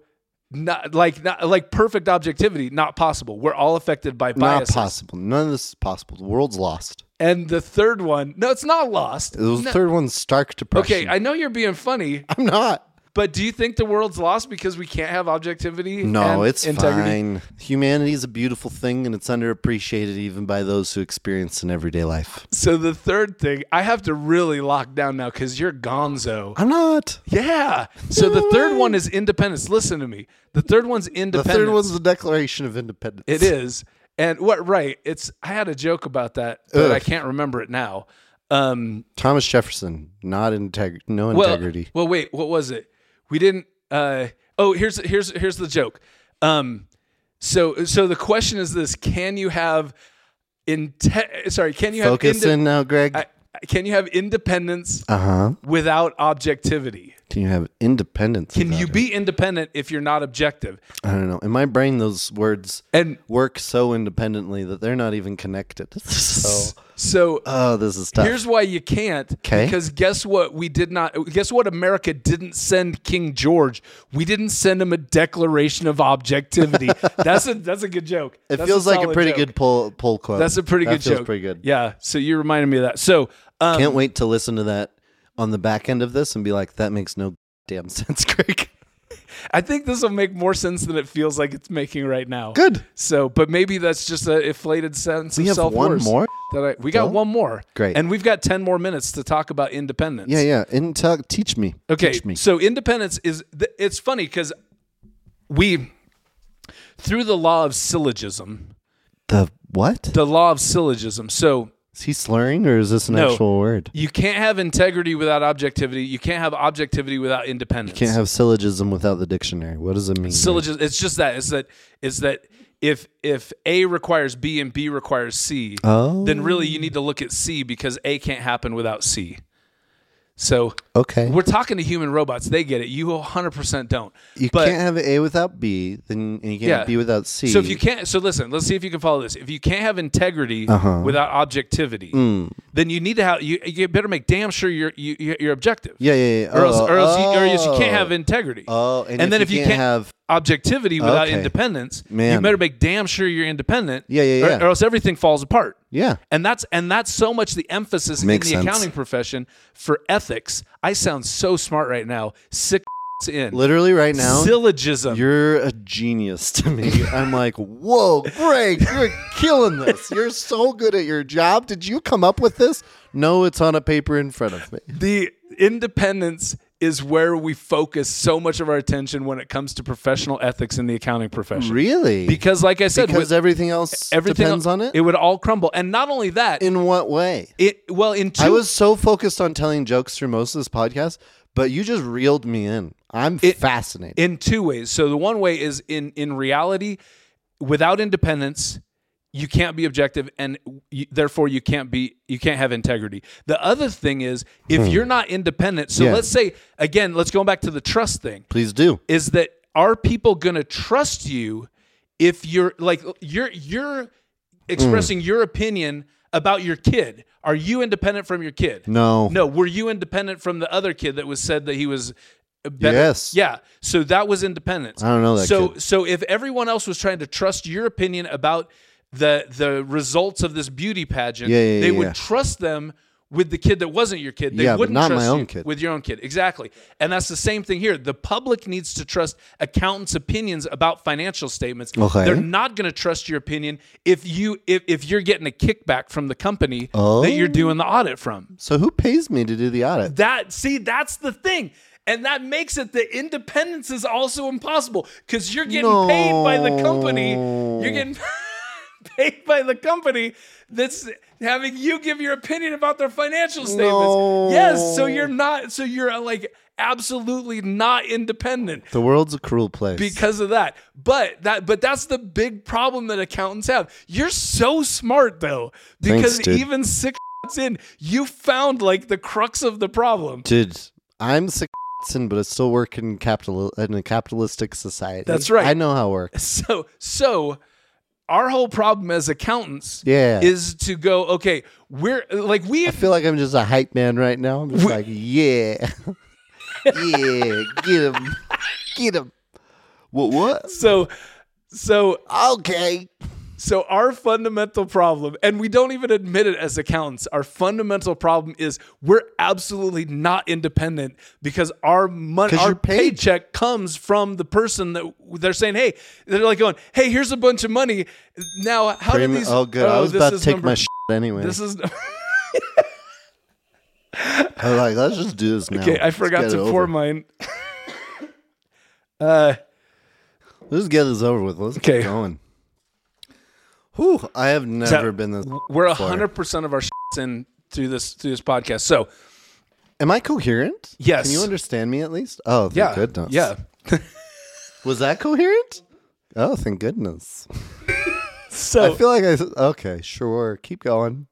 Speaker 1: not like not like perfect objectivity not possible we're all affected by
Speaker 2: Not
Speaker 1: biases
Speaker 2: possible. None of this is possible. The world's lost.
Speaker 1: and the third one no it's not lost
Speaker 2: It was
Speaker 1: No-
Speaker 2: the third one, stark
Speaker 1: okay
Speaker 2: depression.
Speaker 1: i know you're being funny
Speaker 2: I'm not.
Speaker 1: but do you think the world's lost because we can't have objectivity
Speaker 2: No,
Speaker 1: and
Speaker 2: it's
Speaker 1: integrity
Speaker 2: fine. Humanity is a beautiful thing, and it's underappreciated even by those who experience it in everyday life.
Speaker 1: so the third thing i have to really lock down now because you're gonzo
Speaker 2: I'm not.
Speaker 1: yeah so the third one is independence listen to me the third one's
Speaker 2: The
Speaker 1: independence
Speaker 2: third one's the Declaration of Independence.
Speaker 1: It is. And what right? It's I had a joke about that, but
Speaker 2: Ugh.
Speaker 1: I can't remember it now. Um
Speaker 2: Thomas Jefferson, not integrity, no
Speaker 1: well,
Speaker 2: integrity.
Speaker 1: well wait, what was it? We didn't uh oh here's here's here's the joke. Um so so the question is this can you have inte- sorry, can you
Speaker 2: Focus
Speaker 1: have
Speaker 2: in now, Greg.
Speaker 1: uh, inde- can you have independence
Speaker 2: Uh huh.
Speaker 1: without objectivity?
Speaker 2: Can you have independence?
Speaker 1: Can you be independent if you're not objective?
Speaker 2: I don't know. In my brain, those words
Speaker 1: And
Speaker 2: work so independently that they're not even connected.
Speaker 1: Oh.
Speaker 2: so,
Speaker 1: so
Speaker 2: oh, this is tough.
Speaker 1: Here's why you can't.
Speaker 2: 'Kay.
Speaker 1: Because guess what? We did not. Guess what? America didn't send King George. We didn't send him a Declaration of Objectivity. that's a that's a good joke.
Speaker 2: it feels like a pretty good pull pull quote.
Speaker 1: That's a pretty
Speaker 2: That
Speaker 1: good
Speaker 2: feels
Speaker 1: joke.
Speaker 2: Pretty good.
Speaker 1: Yeah. So you reminded me of that. So um,
Speaker 2: Can't wait to listen to that on the back end of this and be like, that makes no damn sense, Greg.
Speaker 1: I think this will make more sense than it feels like it's making right now.
Speaker 2: Good.
Speaker 1: So, but maybe that's just an inflated sense
Speaker 2: We
Speaker 1: of
Speaker 2: have
Speaker 1: self
Speaker 2: one more.
Speaker 1: That I, we got one more.
Speaker 2: Great.
Speaker 1: And we've got ten more minutes to talk about independence.
Speaker 2: Yeah, yeah. And tell, teach me.
Speaker 1: Okay,
Speaker 2: Teach me.
Speaker 1: so independence is th- it's funny because we through the law of syllogism,
Speaker 2: The what?
Speaker 1: the law of syllogism. So
Speaker 2: Is he slurring or is this an
Speaker 1: No.
Speaker 2: actual word?
Speaker 1: you can't have integrity without objectivity. You can't have objectivity without independence.
Speaker 2: Can't have syllogism without the dictionary. What does it mean?
Speaker 1: syllogism. It's just that. It's that. It's that. If if A requires B and B requires C,
Speaker 2: Oh.
Speaker 1: then really you need to look at C because A can't happen without C. So
Speaker 2: Okay.
Speaker 1: we're talking to human robots. They get it. You 100% don't.
Speaker 2: you
Speaker 1: but-
Speaker 2: can't have A without B, then and you can't
Speaker 1: Yeah.
Speaker 2: have B without C.
Speaker 1: So if you can't, so listen, let's see if you can follow this. If you can't have integrity
Speaker 2: Uh-huh.
Speaker 1: without objectivity,
Speaker 2: Mm.
Speaker 1: then you need to have you. You better make damn sure you're you, you're you're objective.
Speaker 2: yeah, yeah, yeah.
Speaker 1: Or else,
Speaker 2: Oh,
Speaker 1: or, else you, or else you
Speaker 2: oh.
Speaker 1: can't have integrity.
Speaker 2: Oh, and, then if you can't, have
Speaker 1: objectivity without
Speaker 2: Okay.
Speaker 1: independence, you
Speaker 2: Man.
Speaker 1: better make damn sure you're independent.
Speaker 2: Yeah, yeah,
Speaker 1: or-
Speaker 2: yeah.
Speaker 1: Or, else everything falls apart.
Speaker 2: Yeah.
Speaker 1: And that's and that's so much the emphasis
Speaker 2: Makes
Speaker 1: in the
Speaker 2: sense.
Speaker 1: accounting profession for ethics. I sound so smart right now. Six in
Speaker 2: Literally right now.
Speaker 1: syllogism.
Speaker 2: You're a genius to me. I'm like, whoa, Greg, you're killing this. You're so good at your job. Did you come up with this? No, it's on a paper in front of me.
Speaker 1: the independence is where we focus so much of our attention when it comes to professional ethics in the accounting profession.
Speaker 2: Really?
Speaker 1: Because, like I said,
Speaker 2: because
Speaker 1: with
Speaker 2: everything else
Speaker 1: everything
Speaker 2: depends on it?
Speaker 1: It would all crumble. And not only that,
Speaker 2: In what way?
Speaker 1: it well in two
Speaker 2: I was so focused on telling jokes through most of this podcast, but you just reeled me in. I'm fascinated.
Speaker 1: in two ways. So the one way is in in reality, without independence, you can't be objective, and you, therefore you can't be you can't have integrity. The other thing is if you're not independent. So
Speaker 2: Hmm. Yeah.
Speaker 1: let's say again, let's go back to the trust thing.
Speaker 2: Please do.
Speaker 1: Is that are people going to trust you if you're like you're you're expressing your opinion about your kid? Are you independent from your kid?
Speaker 2: No.
Speaker 1: No, were you independent from the other kid that was said that he was better?
Speaker 2: Yes.
Speaker 1: Yeah. So that was independence.
Speaker 2: I don't know that
Speaker 1: So
Speaker 2: kid.
Speaker 1: so if everyone else was trying to trust your opinion about the the results of this beauty pageant,
Speaker 2: Yeah, yeah,
Speaker 1: they
Speaker 2: yeah,
Speaker 1: would
Speaker 2: yeah.
Speaker 1: trust them with the kid that wasn't your kid. They
Speaker 2: Yeah, but
Speaker 1: wouldn't
Speaker 2: not
Speaker 1: trust
Speaker 2: my own
Speaker 1: you
Speaker 2: kid.
Speaker 1: with your own kid. Exactly. And that's the same thing here. The public needs to trust accountants' opinions about financial statements.
Speaker 2: Okay.
Speaker 1: They're not going to trust your opinion if you if, if you're getting a kickback from the company that
Speaker 2: Oh.
Speaker 1: you're doing the audit from.
Speaker 2: So who pays me to do the audit?
Speaker 1: That see, that's the thing. And that makes it that independence is also impossible because you're getting paid by the company. You're getting paid by the company that's having you give your opinion about their financial statements. Yes, so
Speaker 2: No.
Speaker 1: you're not. So you're uh, like absolutely not independent
Speaker 2: The world's a cruel place.
Speaker 1: because of that. But that but that's the big problem that accountants have. You're so smart though because
Speaker 2: Thanks, dude.
Speaker 1: even six in you found like the crux of the problem.
Speaker 2: Dude, I'm sick, but I still work in capital in a capitalistic society.
Speaker 1: That's right.
Speaker 2: I know how it works.
Speaker 1: So so our whole problem as accountants
Speaker 2: Yeah.
Speaker 1: is to go okay, we're like we
Speaker 2: I feel like I'm just a hype man right now. I'm just like, yeah, yeah, get him, get him. What? What?
Speaker 1: so so
Speaker 2: Okay.
Speaker 1: So our fundamental problem, and we don't even admit it as accountants, our fundamental problem is we're absolutely not independent because our money,
Speaker 2: 'Cause
Speaker 1: our
Speaker 2: you're paid.
Speaker 1: paycheck comes from the person that they're saying, hey, they're like going, hey, here's a bunch of money. Now, how do
Speaker 2: Pretty mu-
Speaker 1: these?
Speaker 2: oh, good. I was
Speaker 1: this
Speaker 2: about to
Speaker 1: is
Speaker 2: take
Speaker 1: number-
Speaker 2: my shit anyway.
Speaker 1: This is
Speaker 2: I was like, let's just do this now.
Speaker 1: okay. I
Speaker 2: Let's
Speaker 1: forgot
Speaker 2: get
Speaker 1: to
Speaker 2: it over.
Speaker 1: pour mine. uh,
Speaker 2: Let's get this over with. Let's
Speaker 1: Okay.
Speaker 2: get going. Whew, I have never been this.
Speaker 1: we're
Speaker 2: before.
Speaker 1: hundred percent of our shits in through this through this podcast. So
Speaker 2: Am I coherent?
Speaker 1: Yes.
Speaker 2: Can you understand me at least? Oh, thank
Speaker 1: yeah,
Speaker 2: goodness.
Speaker 1: yeah.
Speaker 2: Was that coherent? Oh, thank goodness.
Speaker 1: So
Speaker 2: I feel like I. Okay, sure. Keep going.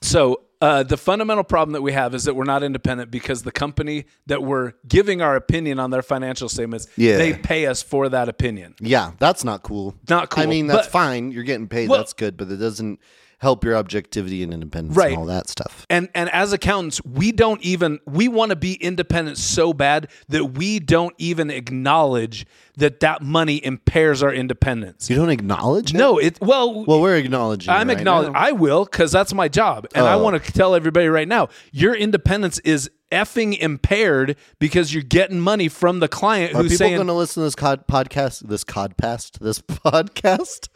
Speaker 1: So uh, the fundamental problem that we have is that we're not independent because the company that we're giving our opinion on their financial statements,
Speaker 2: Yeah.
Speaker 1: they pay us for that opinion.
Speaker 2: Yeah, that's not cool.
Speaker 1: Not cool,
Speaker 2: I mean, that's
Speaker 1: but-
Speaker 2: fine. You're getting paid.
Speaker 1: Well-
Speaker 2: that's good, but it doesn't help your objectivity and independence
Speaker 1: Right.
Speaker 2: and all that stuff.
Speaker 1: And and as accountants, we don't even we want to be independent so bad that we don't even acknowledge that that money impairs our independence.
Speaker 2: You don't acknowledge it?
Speaker 1: No, it well,
Speaker 2: Well, we're acknowledging.
Speaker 1: I'm
Speaker 2: right
Speaker 1: acknowledging.
Speaker 2: now.
Speaker 1: I will because that's my job, and I
Speaker 2: Oh.
Speaker 1: want to tell everybody right now: your independence is effing impaired because you're getting money from the client
Speaker 2: Are
Speaker 1: who's
Speaker 2: people
Speaker 1: saying
Speaker 2: going to listen to this cod- podcast, this codpast, this podcast,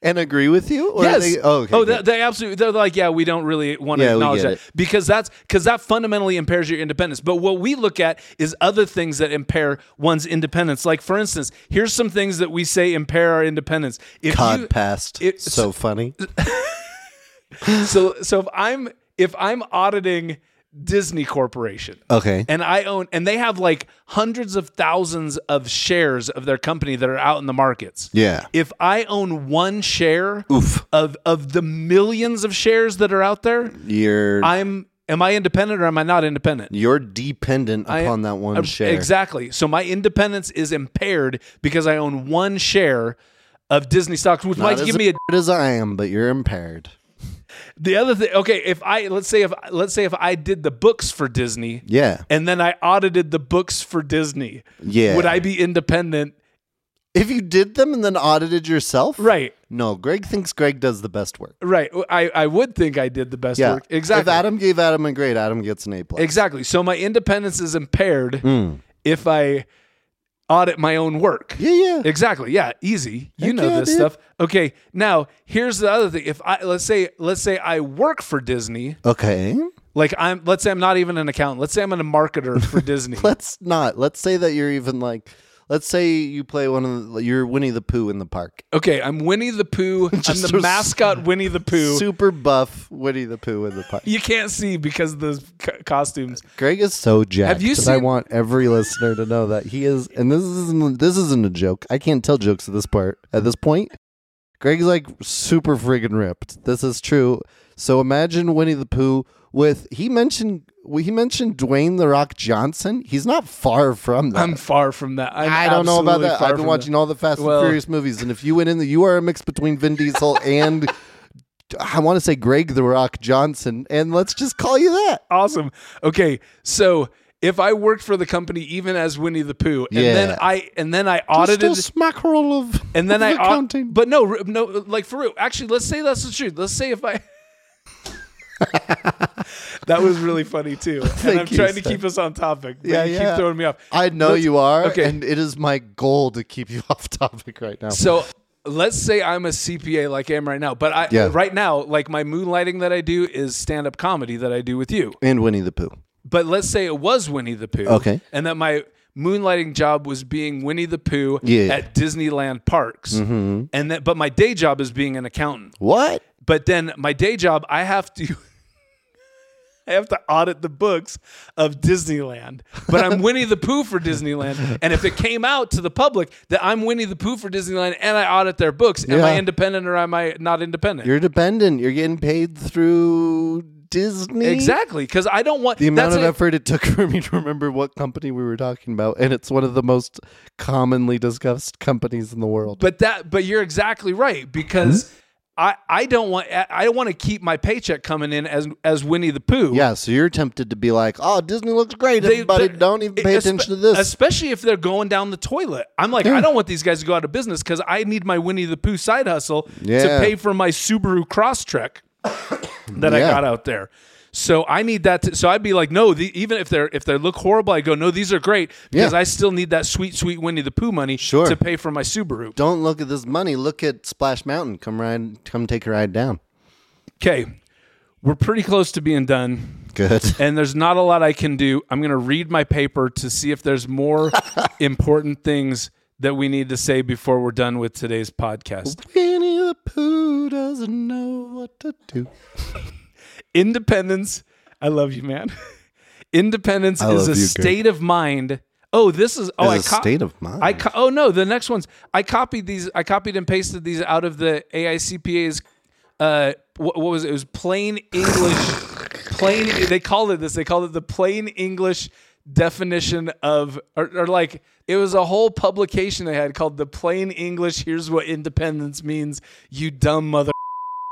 Speaker 2: and agree with you? Or are
Speaker 1: Yes.
Speaker 2: They, oh, okay.
Speaker 1: oh,
Speaker 2: good.
Speaker 1: they, they absolutely. They're like, yeah, we don't really want to
Speaker 2: Yeah, we
Speaker 1: acknowledge
Speaker 2: get
Speaker 1: that
Speaker 2: it.
Speaker 1: because that's because that fundamentally impairs your independence. But what we look at is other things that impair one's independence. Like for instance, here's some things that we say impair our independence. If you-
Speaker 2: codpast.
Speaker 1: it-
Speaker 2: so funny.
Speaker 1: so so if I'm if I'm auditing Disney Corporation,
Speaker 2: Okay.
Speaker 1: and I own and they have like hundreds of thousands of shares of their company that are out in the markets.
Speaker 2: Yeah.
Speaker 1: If I own one share
Speaker 2: Oof.
Speaker 1: of of the millions of shares that are out there,
Speaker 2: You're
Speaker 1: I'm am I independent or am I not independent?
Speaker 2: you're dependent upon that one share.
Speaker 1: Exactly. So my independence is impaired because I own one share of Disney stocks, which
Speaker 2: Not
Speaker 1: might
Speaker 2: as
Speaker 1: give me a
Speaker 2: impaired as I am, but you're impaired.
Speaker 1: the other thing. Okay, if I let's say if let's say if I did the books for Disney
Speaker 2: Yeah.
Speaker 1: and then I audited the books for Disney,
Speaker 2: Yeah.
Speaker 1: would I be independent
Speaker 2: If you did them and then audited yourself,
Speaker 1: Right.
Speaker 2: No, Greg thinks Greg does the best work.
Speaker 1: Right. I, I would think I did the best
Speaker 2: Yeah,
Speaker 1: work. Exactly.
Speaker 2: If Adam gave Adam a grade, Adam gets an A plus.
Speaker 1: exactly. So my independence is impaired if I audit my own work.
Speaker 2: Hmm. yeah, yeah.
Speaker 1: Exactly. Yeah. Easy. You
Speaker 2: Heck
Speaker 1: know
Speaker 2: yeah,
Speaker 1: this
Speaker 2: dude.
Speaker 1: stuff. Okay. Now here's the other thing. If I let's say let's say I work for Disney,
Speaker 2: okay,
Speaker 1: like I'm let's say I'm not even an accountant. Let's say I'm a marketer for Disney.
Speaker 2: let's not. Let's say that you're even like. Let's say you play one of the, you're Winnie the Pooh in the park.
Speaker 1: Okay, I'm Winnie the Pooh. I'm
Speaker 2: Just
Speaker 1: the
Speaker 2: a s-
Speaker 1: mascot Winnie the Pooh.
Speaker 2: Super buff Winnie the Pooh in the park.
Speaker 1: you can't see because of the c- costumes.
Speaker 2: Greg is so jacked.
Speaker 1: you
Speaker 2: 'cause I
Speaker 1: seen-
Speaker 2: want every listener to know that he is, and this isn't this isn't a joke. I can't tell jokes at this part at this point. Greg's like super friggin' ripped. This is true. So imagine Winnie the Pooh with he mentioned well, he mentioned Dwayne the Rock Johnson. He's not far from that.
Speaker 1: I'm far from that. I'm
Speaker 2: Uh, I do not know about
Speaker 1: absolutely
Speaker 2: that.
Speaker 1: far
Speaker 2: I've been
Speaker 1: from
Speaker 2: watching all the Fast
Speaker 1: Well-
Speaker 2: and Furious movies, and if you went in, the, you are a mix between Vin Diesel and I want to say Greg the Rock Johnson, and let's just call you that.
Speaker 1: that. Awesome. Okay, so if I worked for the company even as Winnie the Pooh, and
Speaker 2: Yeah.
Speaker 1: then I and then I audited,
Speaker 2: Just a smackerel of
Speaker 1: and then
Speaker 2: of
Speaker 1: I au-
Speaker 2: accounting.
Speaker 1: but no, r- no, like for real. Actually, let's say that's the truth. Let's say if I. that was really funny too, and
Speaker 2: Thank
Speaker 1: I'm
Speaker 2: you,
Speaker 1: trying to
Speaker 2: Stan.
Speaker 1: keep us on topic. But
Speaker 2: Yeah,
Speaker 1: you
Speaker 2: yeah.
Speaker 1: keep throwing me off.
Speaker 2: I know
Speaker 1: Let's-
Speaker 2: you are,
Speaker 1: okay.
Speaker 2: and it is my goal to keep you off topic right now.
Speaker 1: So let's say I'm a CPA like I am right now, but I
Speaker 2: Yeah.
Speaker 1: right now like my moonlighting that I do is stand up comedy that I do with you.
Speaker 2: and Winnie the Pooh.
Speaker 1: But let's say it was Winnie the Pooh,
Speaker 2: Okay.
Speaker 1: and that my moonlighting job was being Winnie the Pooh
Speaker 2: Yeah. Mm-hmm.
Speaker 1: at Disneyland parks, and that but my day job is being an accountant.
Speaker 2: What?
Speaker 1: But then my day job, I have to. I have to audit the books of Disneyland, but I'm Winnie the Pooh for Disneyland. And if it came out to the public that I'm Winnie the Pooh for Disneyland and I audit their books, am I
Speaker 2: Yeah.
Speaker 1: independent or am I not independent?
Speaker 2: You're dependent. You're getting paid through Disney.
Speaker 1: exactly, because I don't want
Speaker 2: The amount
Speaker 1: that's
Speaker 2: of
Speaker 1: a-
Speaker 2: effort it took for me to remember what company we were talking about, and it's one of the most commonly discussed companies in the world.
Speaker 1: But that, but you're exactly right because
Speaker 2: Hmm?
Speaker 1: I I don't want I- I want to keep my paycheck coming in as as Winnie the Pooh.
Speaker 2: yeah, so you're tempted to be like, "Oh, Disney looks great.
Speaker 1: They-
Speaker 2: Everybody,
Speaker 1: they're-
Speaker 2: don't even pay
Speaker 1: espe-
Speaker 2: attention to this."
Speaker 1: Especially if they're going down the toilet. I'm like, I don't want these guys to go out of business because I need my Winnie the Pooh side hustle to
Speaker 2: Yeah.
Speaker 1: pay for my Subaru Crosstrek that I
Speaker 2: Yeah.
Speaker 1: got out there. So I need that. To, so I'd be like, no, the, even if they're if they look horrible, I go, no, these are great because
Speaker 2: Yeah.
Speaker 1: I still need that sweet, sweet Winnie the Pooh money
Speaker 2: Sure.
Speaker 1: to pay for my Subaru.
Speaker 2: don't look at this money. Look at Splash Mountain. Come ride. Come take a ride down.
Speaker 1: Okay, we're pretty close to being done.
Speaker 2: Good.
Speaker 1: and there's not a lot I can do. I'm going to read my paper to see if there's more important things that we need to say before we're done with today's podcast.
Speaker 2: Winnie the Pooh doesn't know what to do.
Speaker 1: Independence, I love you, man. Independence is
Speaker 2: love
Speaker 1: a
Speaker 2: you, Greg.
Speaker 1: state of mind. Oh, this is oh, I
Speaker 2: It's a state of mind.
Speaker 1: I co- oh no, the next ones. I copied these. I copied and pasted these out of the AICPA's. Uh, what, what was it? It was plain English. plain. They called it this. They called it the plain English definition of, or, or like it was a whole publication they had called the plain English. Here's what independence means. You dumb mother.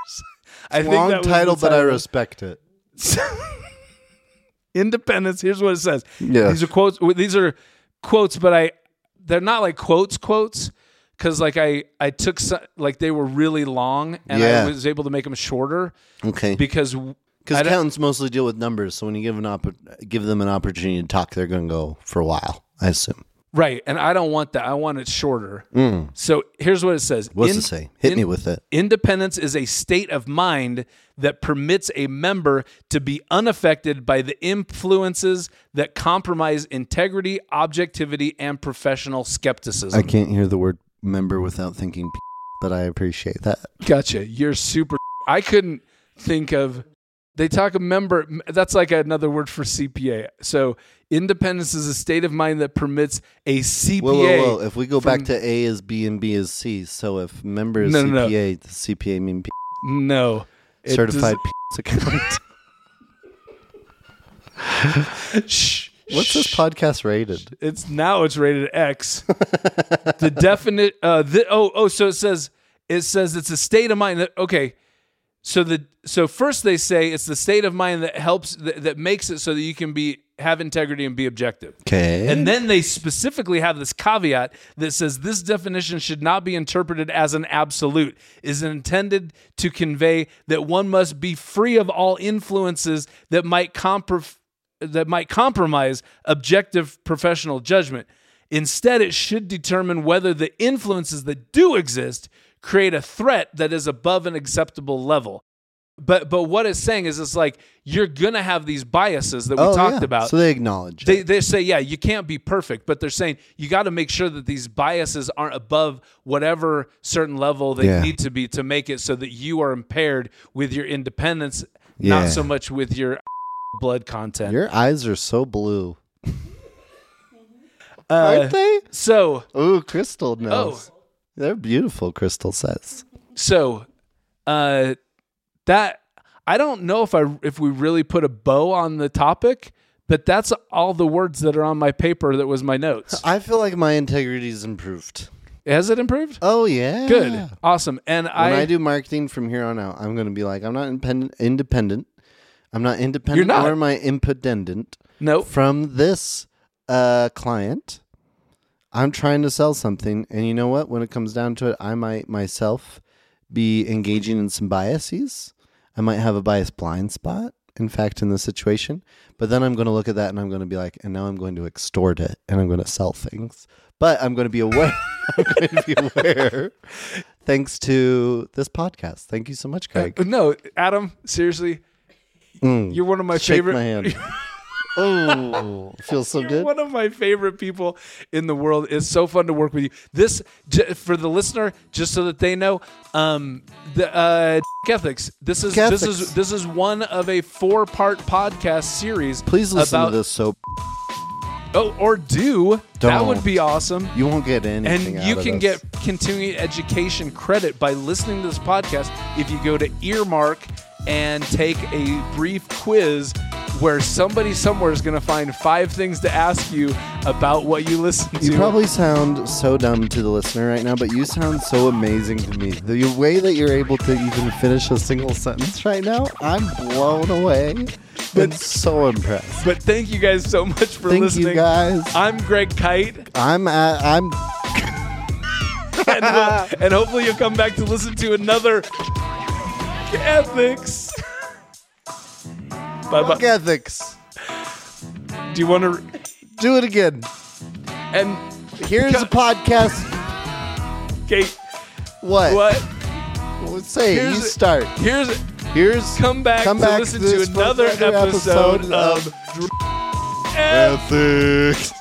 Speaker 1: I think
Speaker 2: Long
Speaker 1: that was the
Speaker 2: title, but I respect it.
Speaker 1: independence. Here's what it says.
Speaker 2: Yeah.
Speaker 1: These are quotes. These are quotes, but I they're not like quotes quotes because like I I took so, like they were really long and
Speaker 2: Yeah.
Speaker 1: I was able to make them shorter
Speaker 2: Okay.
Speaker 1: because
Speaker 2: Because
Speaker 1: I don't-
Speaker 2: accountants mostly deal with numbers, so when you give an opp- give them an opportunity to talk, they're going to go for a while. I assume.
Speaker 1: right and I don't want that. I want it shorter. So here's what it says.
Speaker 2: Mm. What's
Speaker 1: In-
Speaker 2: it say? Hit
Speaker 1: in-
Speaker 2: me with it.
Speaker 1: Independence is a state of mind that permits a member to be unaffected by the influences that compromise integrity, objectivity, and professional skepticism.
Speaker 2: I can't hear the word member without thinking, p- but I appreciate that.
Speaker 1: Gotcha. You're super. I couldn't think of. They talk a member. That's like another word for CPA. So independence is a state of mind that permits a CPA.
Speaker 2: Whoa, whoa, whoa! If we go back
Speaker 1: from-
Speaker 2: to A is B and B is C, so if member is
Speaker 1: No, no, no.
Speaker 2: CPA, the CPA mean p-
Speaker 1: No. It
Speaker 2: certified p- accountant.
Speaker 1: does- Shh.
Speaker 2: What's this podcast rated?
Speaker 1: It's now it's rated X. the definite. Uh, the, oh, oh. So it says it says it's a state of mind that okay. So the so first they say it's the state of mind that helps that, that makes it so that you can be have integrity and be objective.
Speaker 2: Okay.
Speaker 1: And then they specifically have this caveat that says this definition should not be interpreted as an absolute, is intended to convey that one must be free of all influences that might compr- that might compromise objective professional judgment. Instead, it should determine whether the influences that do exist create a threat that is above an acceptable level. But but what it's saying is it's like you're gonna have these biases that we
Speaker 2: Oh,
Speaker 1: talked
Speaker 2: yeah.
Speaker 1: about.
Speaker 2: So they acknowledge. it.
Speaker 1: They, they say, yeah, you can't be perfect, but they're saying you got to make sure that these biases aren't above whatever certain level they
Speaker 2: Yeah.
Speaker 1: need to be to make it so that you are impaired with your independence,
Speaker 2: Yeah.
Speaker 1: not so much with your blood content.
Speaker 2: Your eyes are so blue.
Speaker 1: Uh,
Speaker 2: Aren't they?
Speaker 1: so,
Speaker 2: Ooh, crystal
Speaker 1: oh,
Speaker 2: knows. They're beautiful, Crystal says.
Speaker 1: so uh, that I don't know if I if we really put a bow on the topic, but that's all the words that are on my paper that was my notes.
Speaker 2: I feel like my integrity's improved.
Speaker 1: Has it improved?
Speaker 2: Oh, yeah.
Speaker 1: Good, awesome, and
Speaker 2: When I, do marketing from here on out, I'm going to be like, I'm not independent. independent. I'm not independent
Speaker 1: You're not.
Speaker 2: or am I impedent
Speaker 1: nope.
Speaker 2: from this uh, client. I'm trying to sell something. And you know what? When it comes down to it, I might myself be engaging in some biases. I might have a bias blind spot, in fact, in this situation. But then I'm going to look at that and I'm going to be like, and now I'm going to extort it and I'm going to sell things. But I'm going to be aware. I'm going to be aware. Thanks to this podcast. Thank you so much, Craig.
Speaker 1: Uh, No, Adam, seriously, you're one of my
Speaker 2: Mm. Shake
Speaker 1: favorite.
Speaker 2: my hand. oh, feels so
Speaker 1: You're
Speaker 2: good.
Speaker 1: one of my favorite people in the world. It's so fun to work with you. This j- for the listener, just so that they know, um, the uh, ethics. This is this
Speaker 2: Ethics.
Speaker 1: is this is one of a four part podcast series.
Speaker 2: Please listen
Speaker 1: about,
Speaker 2: to this so
Speaker 1: Oh, or do that
Speaker 2: Don't.
Speaker 1: would be awesome.
Speaker 2: You won't get anything.
Speaker 1: And
Speaker 2: out
Speaker 1: you
Speaker 2: of
Speaker 1: can
Speaker 2: this.
Speaker 1: get continuing education credit by listening to this podcast if you go to Earmark and take a brief quiz where somebody somewhere is going to find five things to ask you about what you listen to.
Speaker 2: You probably sound so dumb to the listener right now, but you sound so amazing to me. The way that you're able to even finish a single sentence right now, I'm blown away. Been so impressed.
Speaker 1: but thank you guys so much for
Speaker 2: Thank
Speaker 1: listening.
Speaker 2: you guys.
Speaker 1: I'm Greg Kite,
Speaker 2: I'm at, I'm
Speaker 1: and, we'll- and hopefully you'll come back to listen to another ethics. bye bye.
Speaker 2: fuck ethics.
Speaker 1: Do you want to?
Speaker 2: Do it again.
Speaker 1: And
Speaker 2: Here's a podcast.
Speaker 1: Kate,
Speaker 2: What?
Speaker 1: what?
Speaker 2: Well, Say it.
Speaker 1: Here's
Speaker 2: You
Speaker 1: a-
Speaker 2: start.
Speaker 1: Here's.
Speaker 2: Here's
Speaker 1: come back to listen to
Speaker 2: this for
Speaker 1: another
Speaker 2: another
Speaker 1: episode of
Speaker 2: ethics.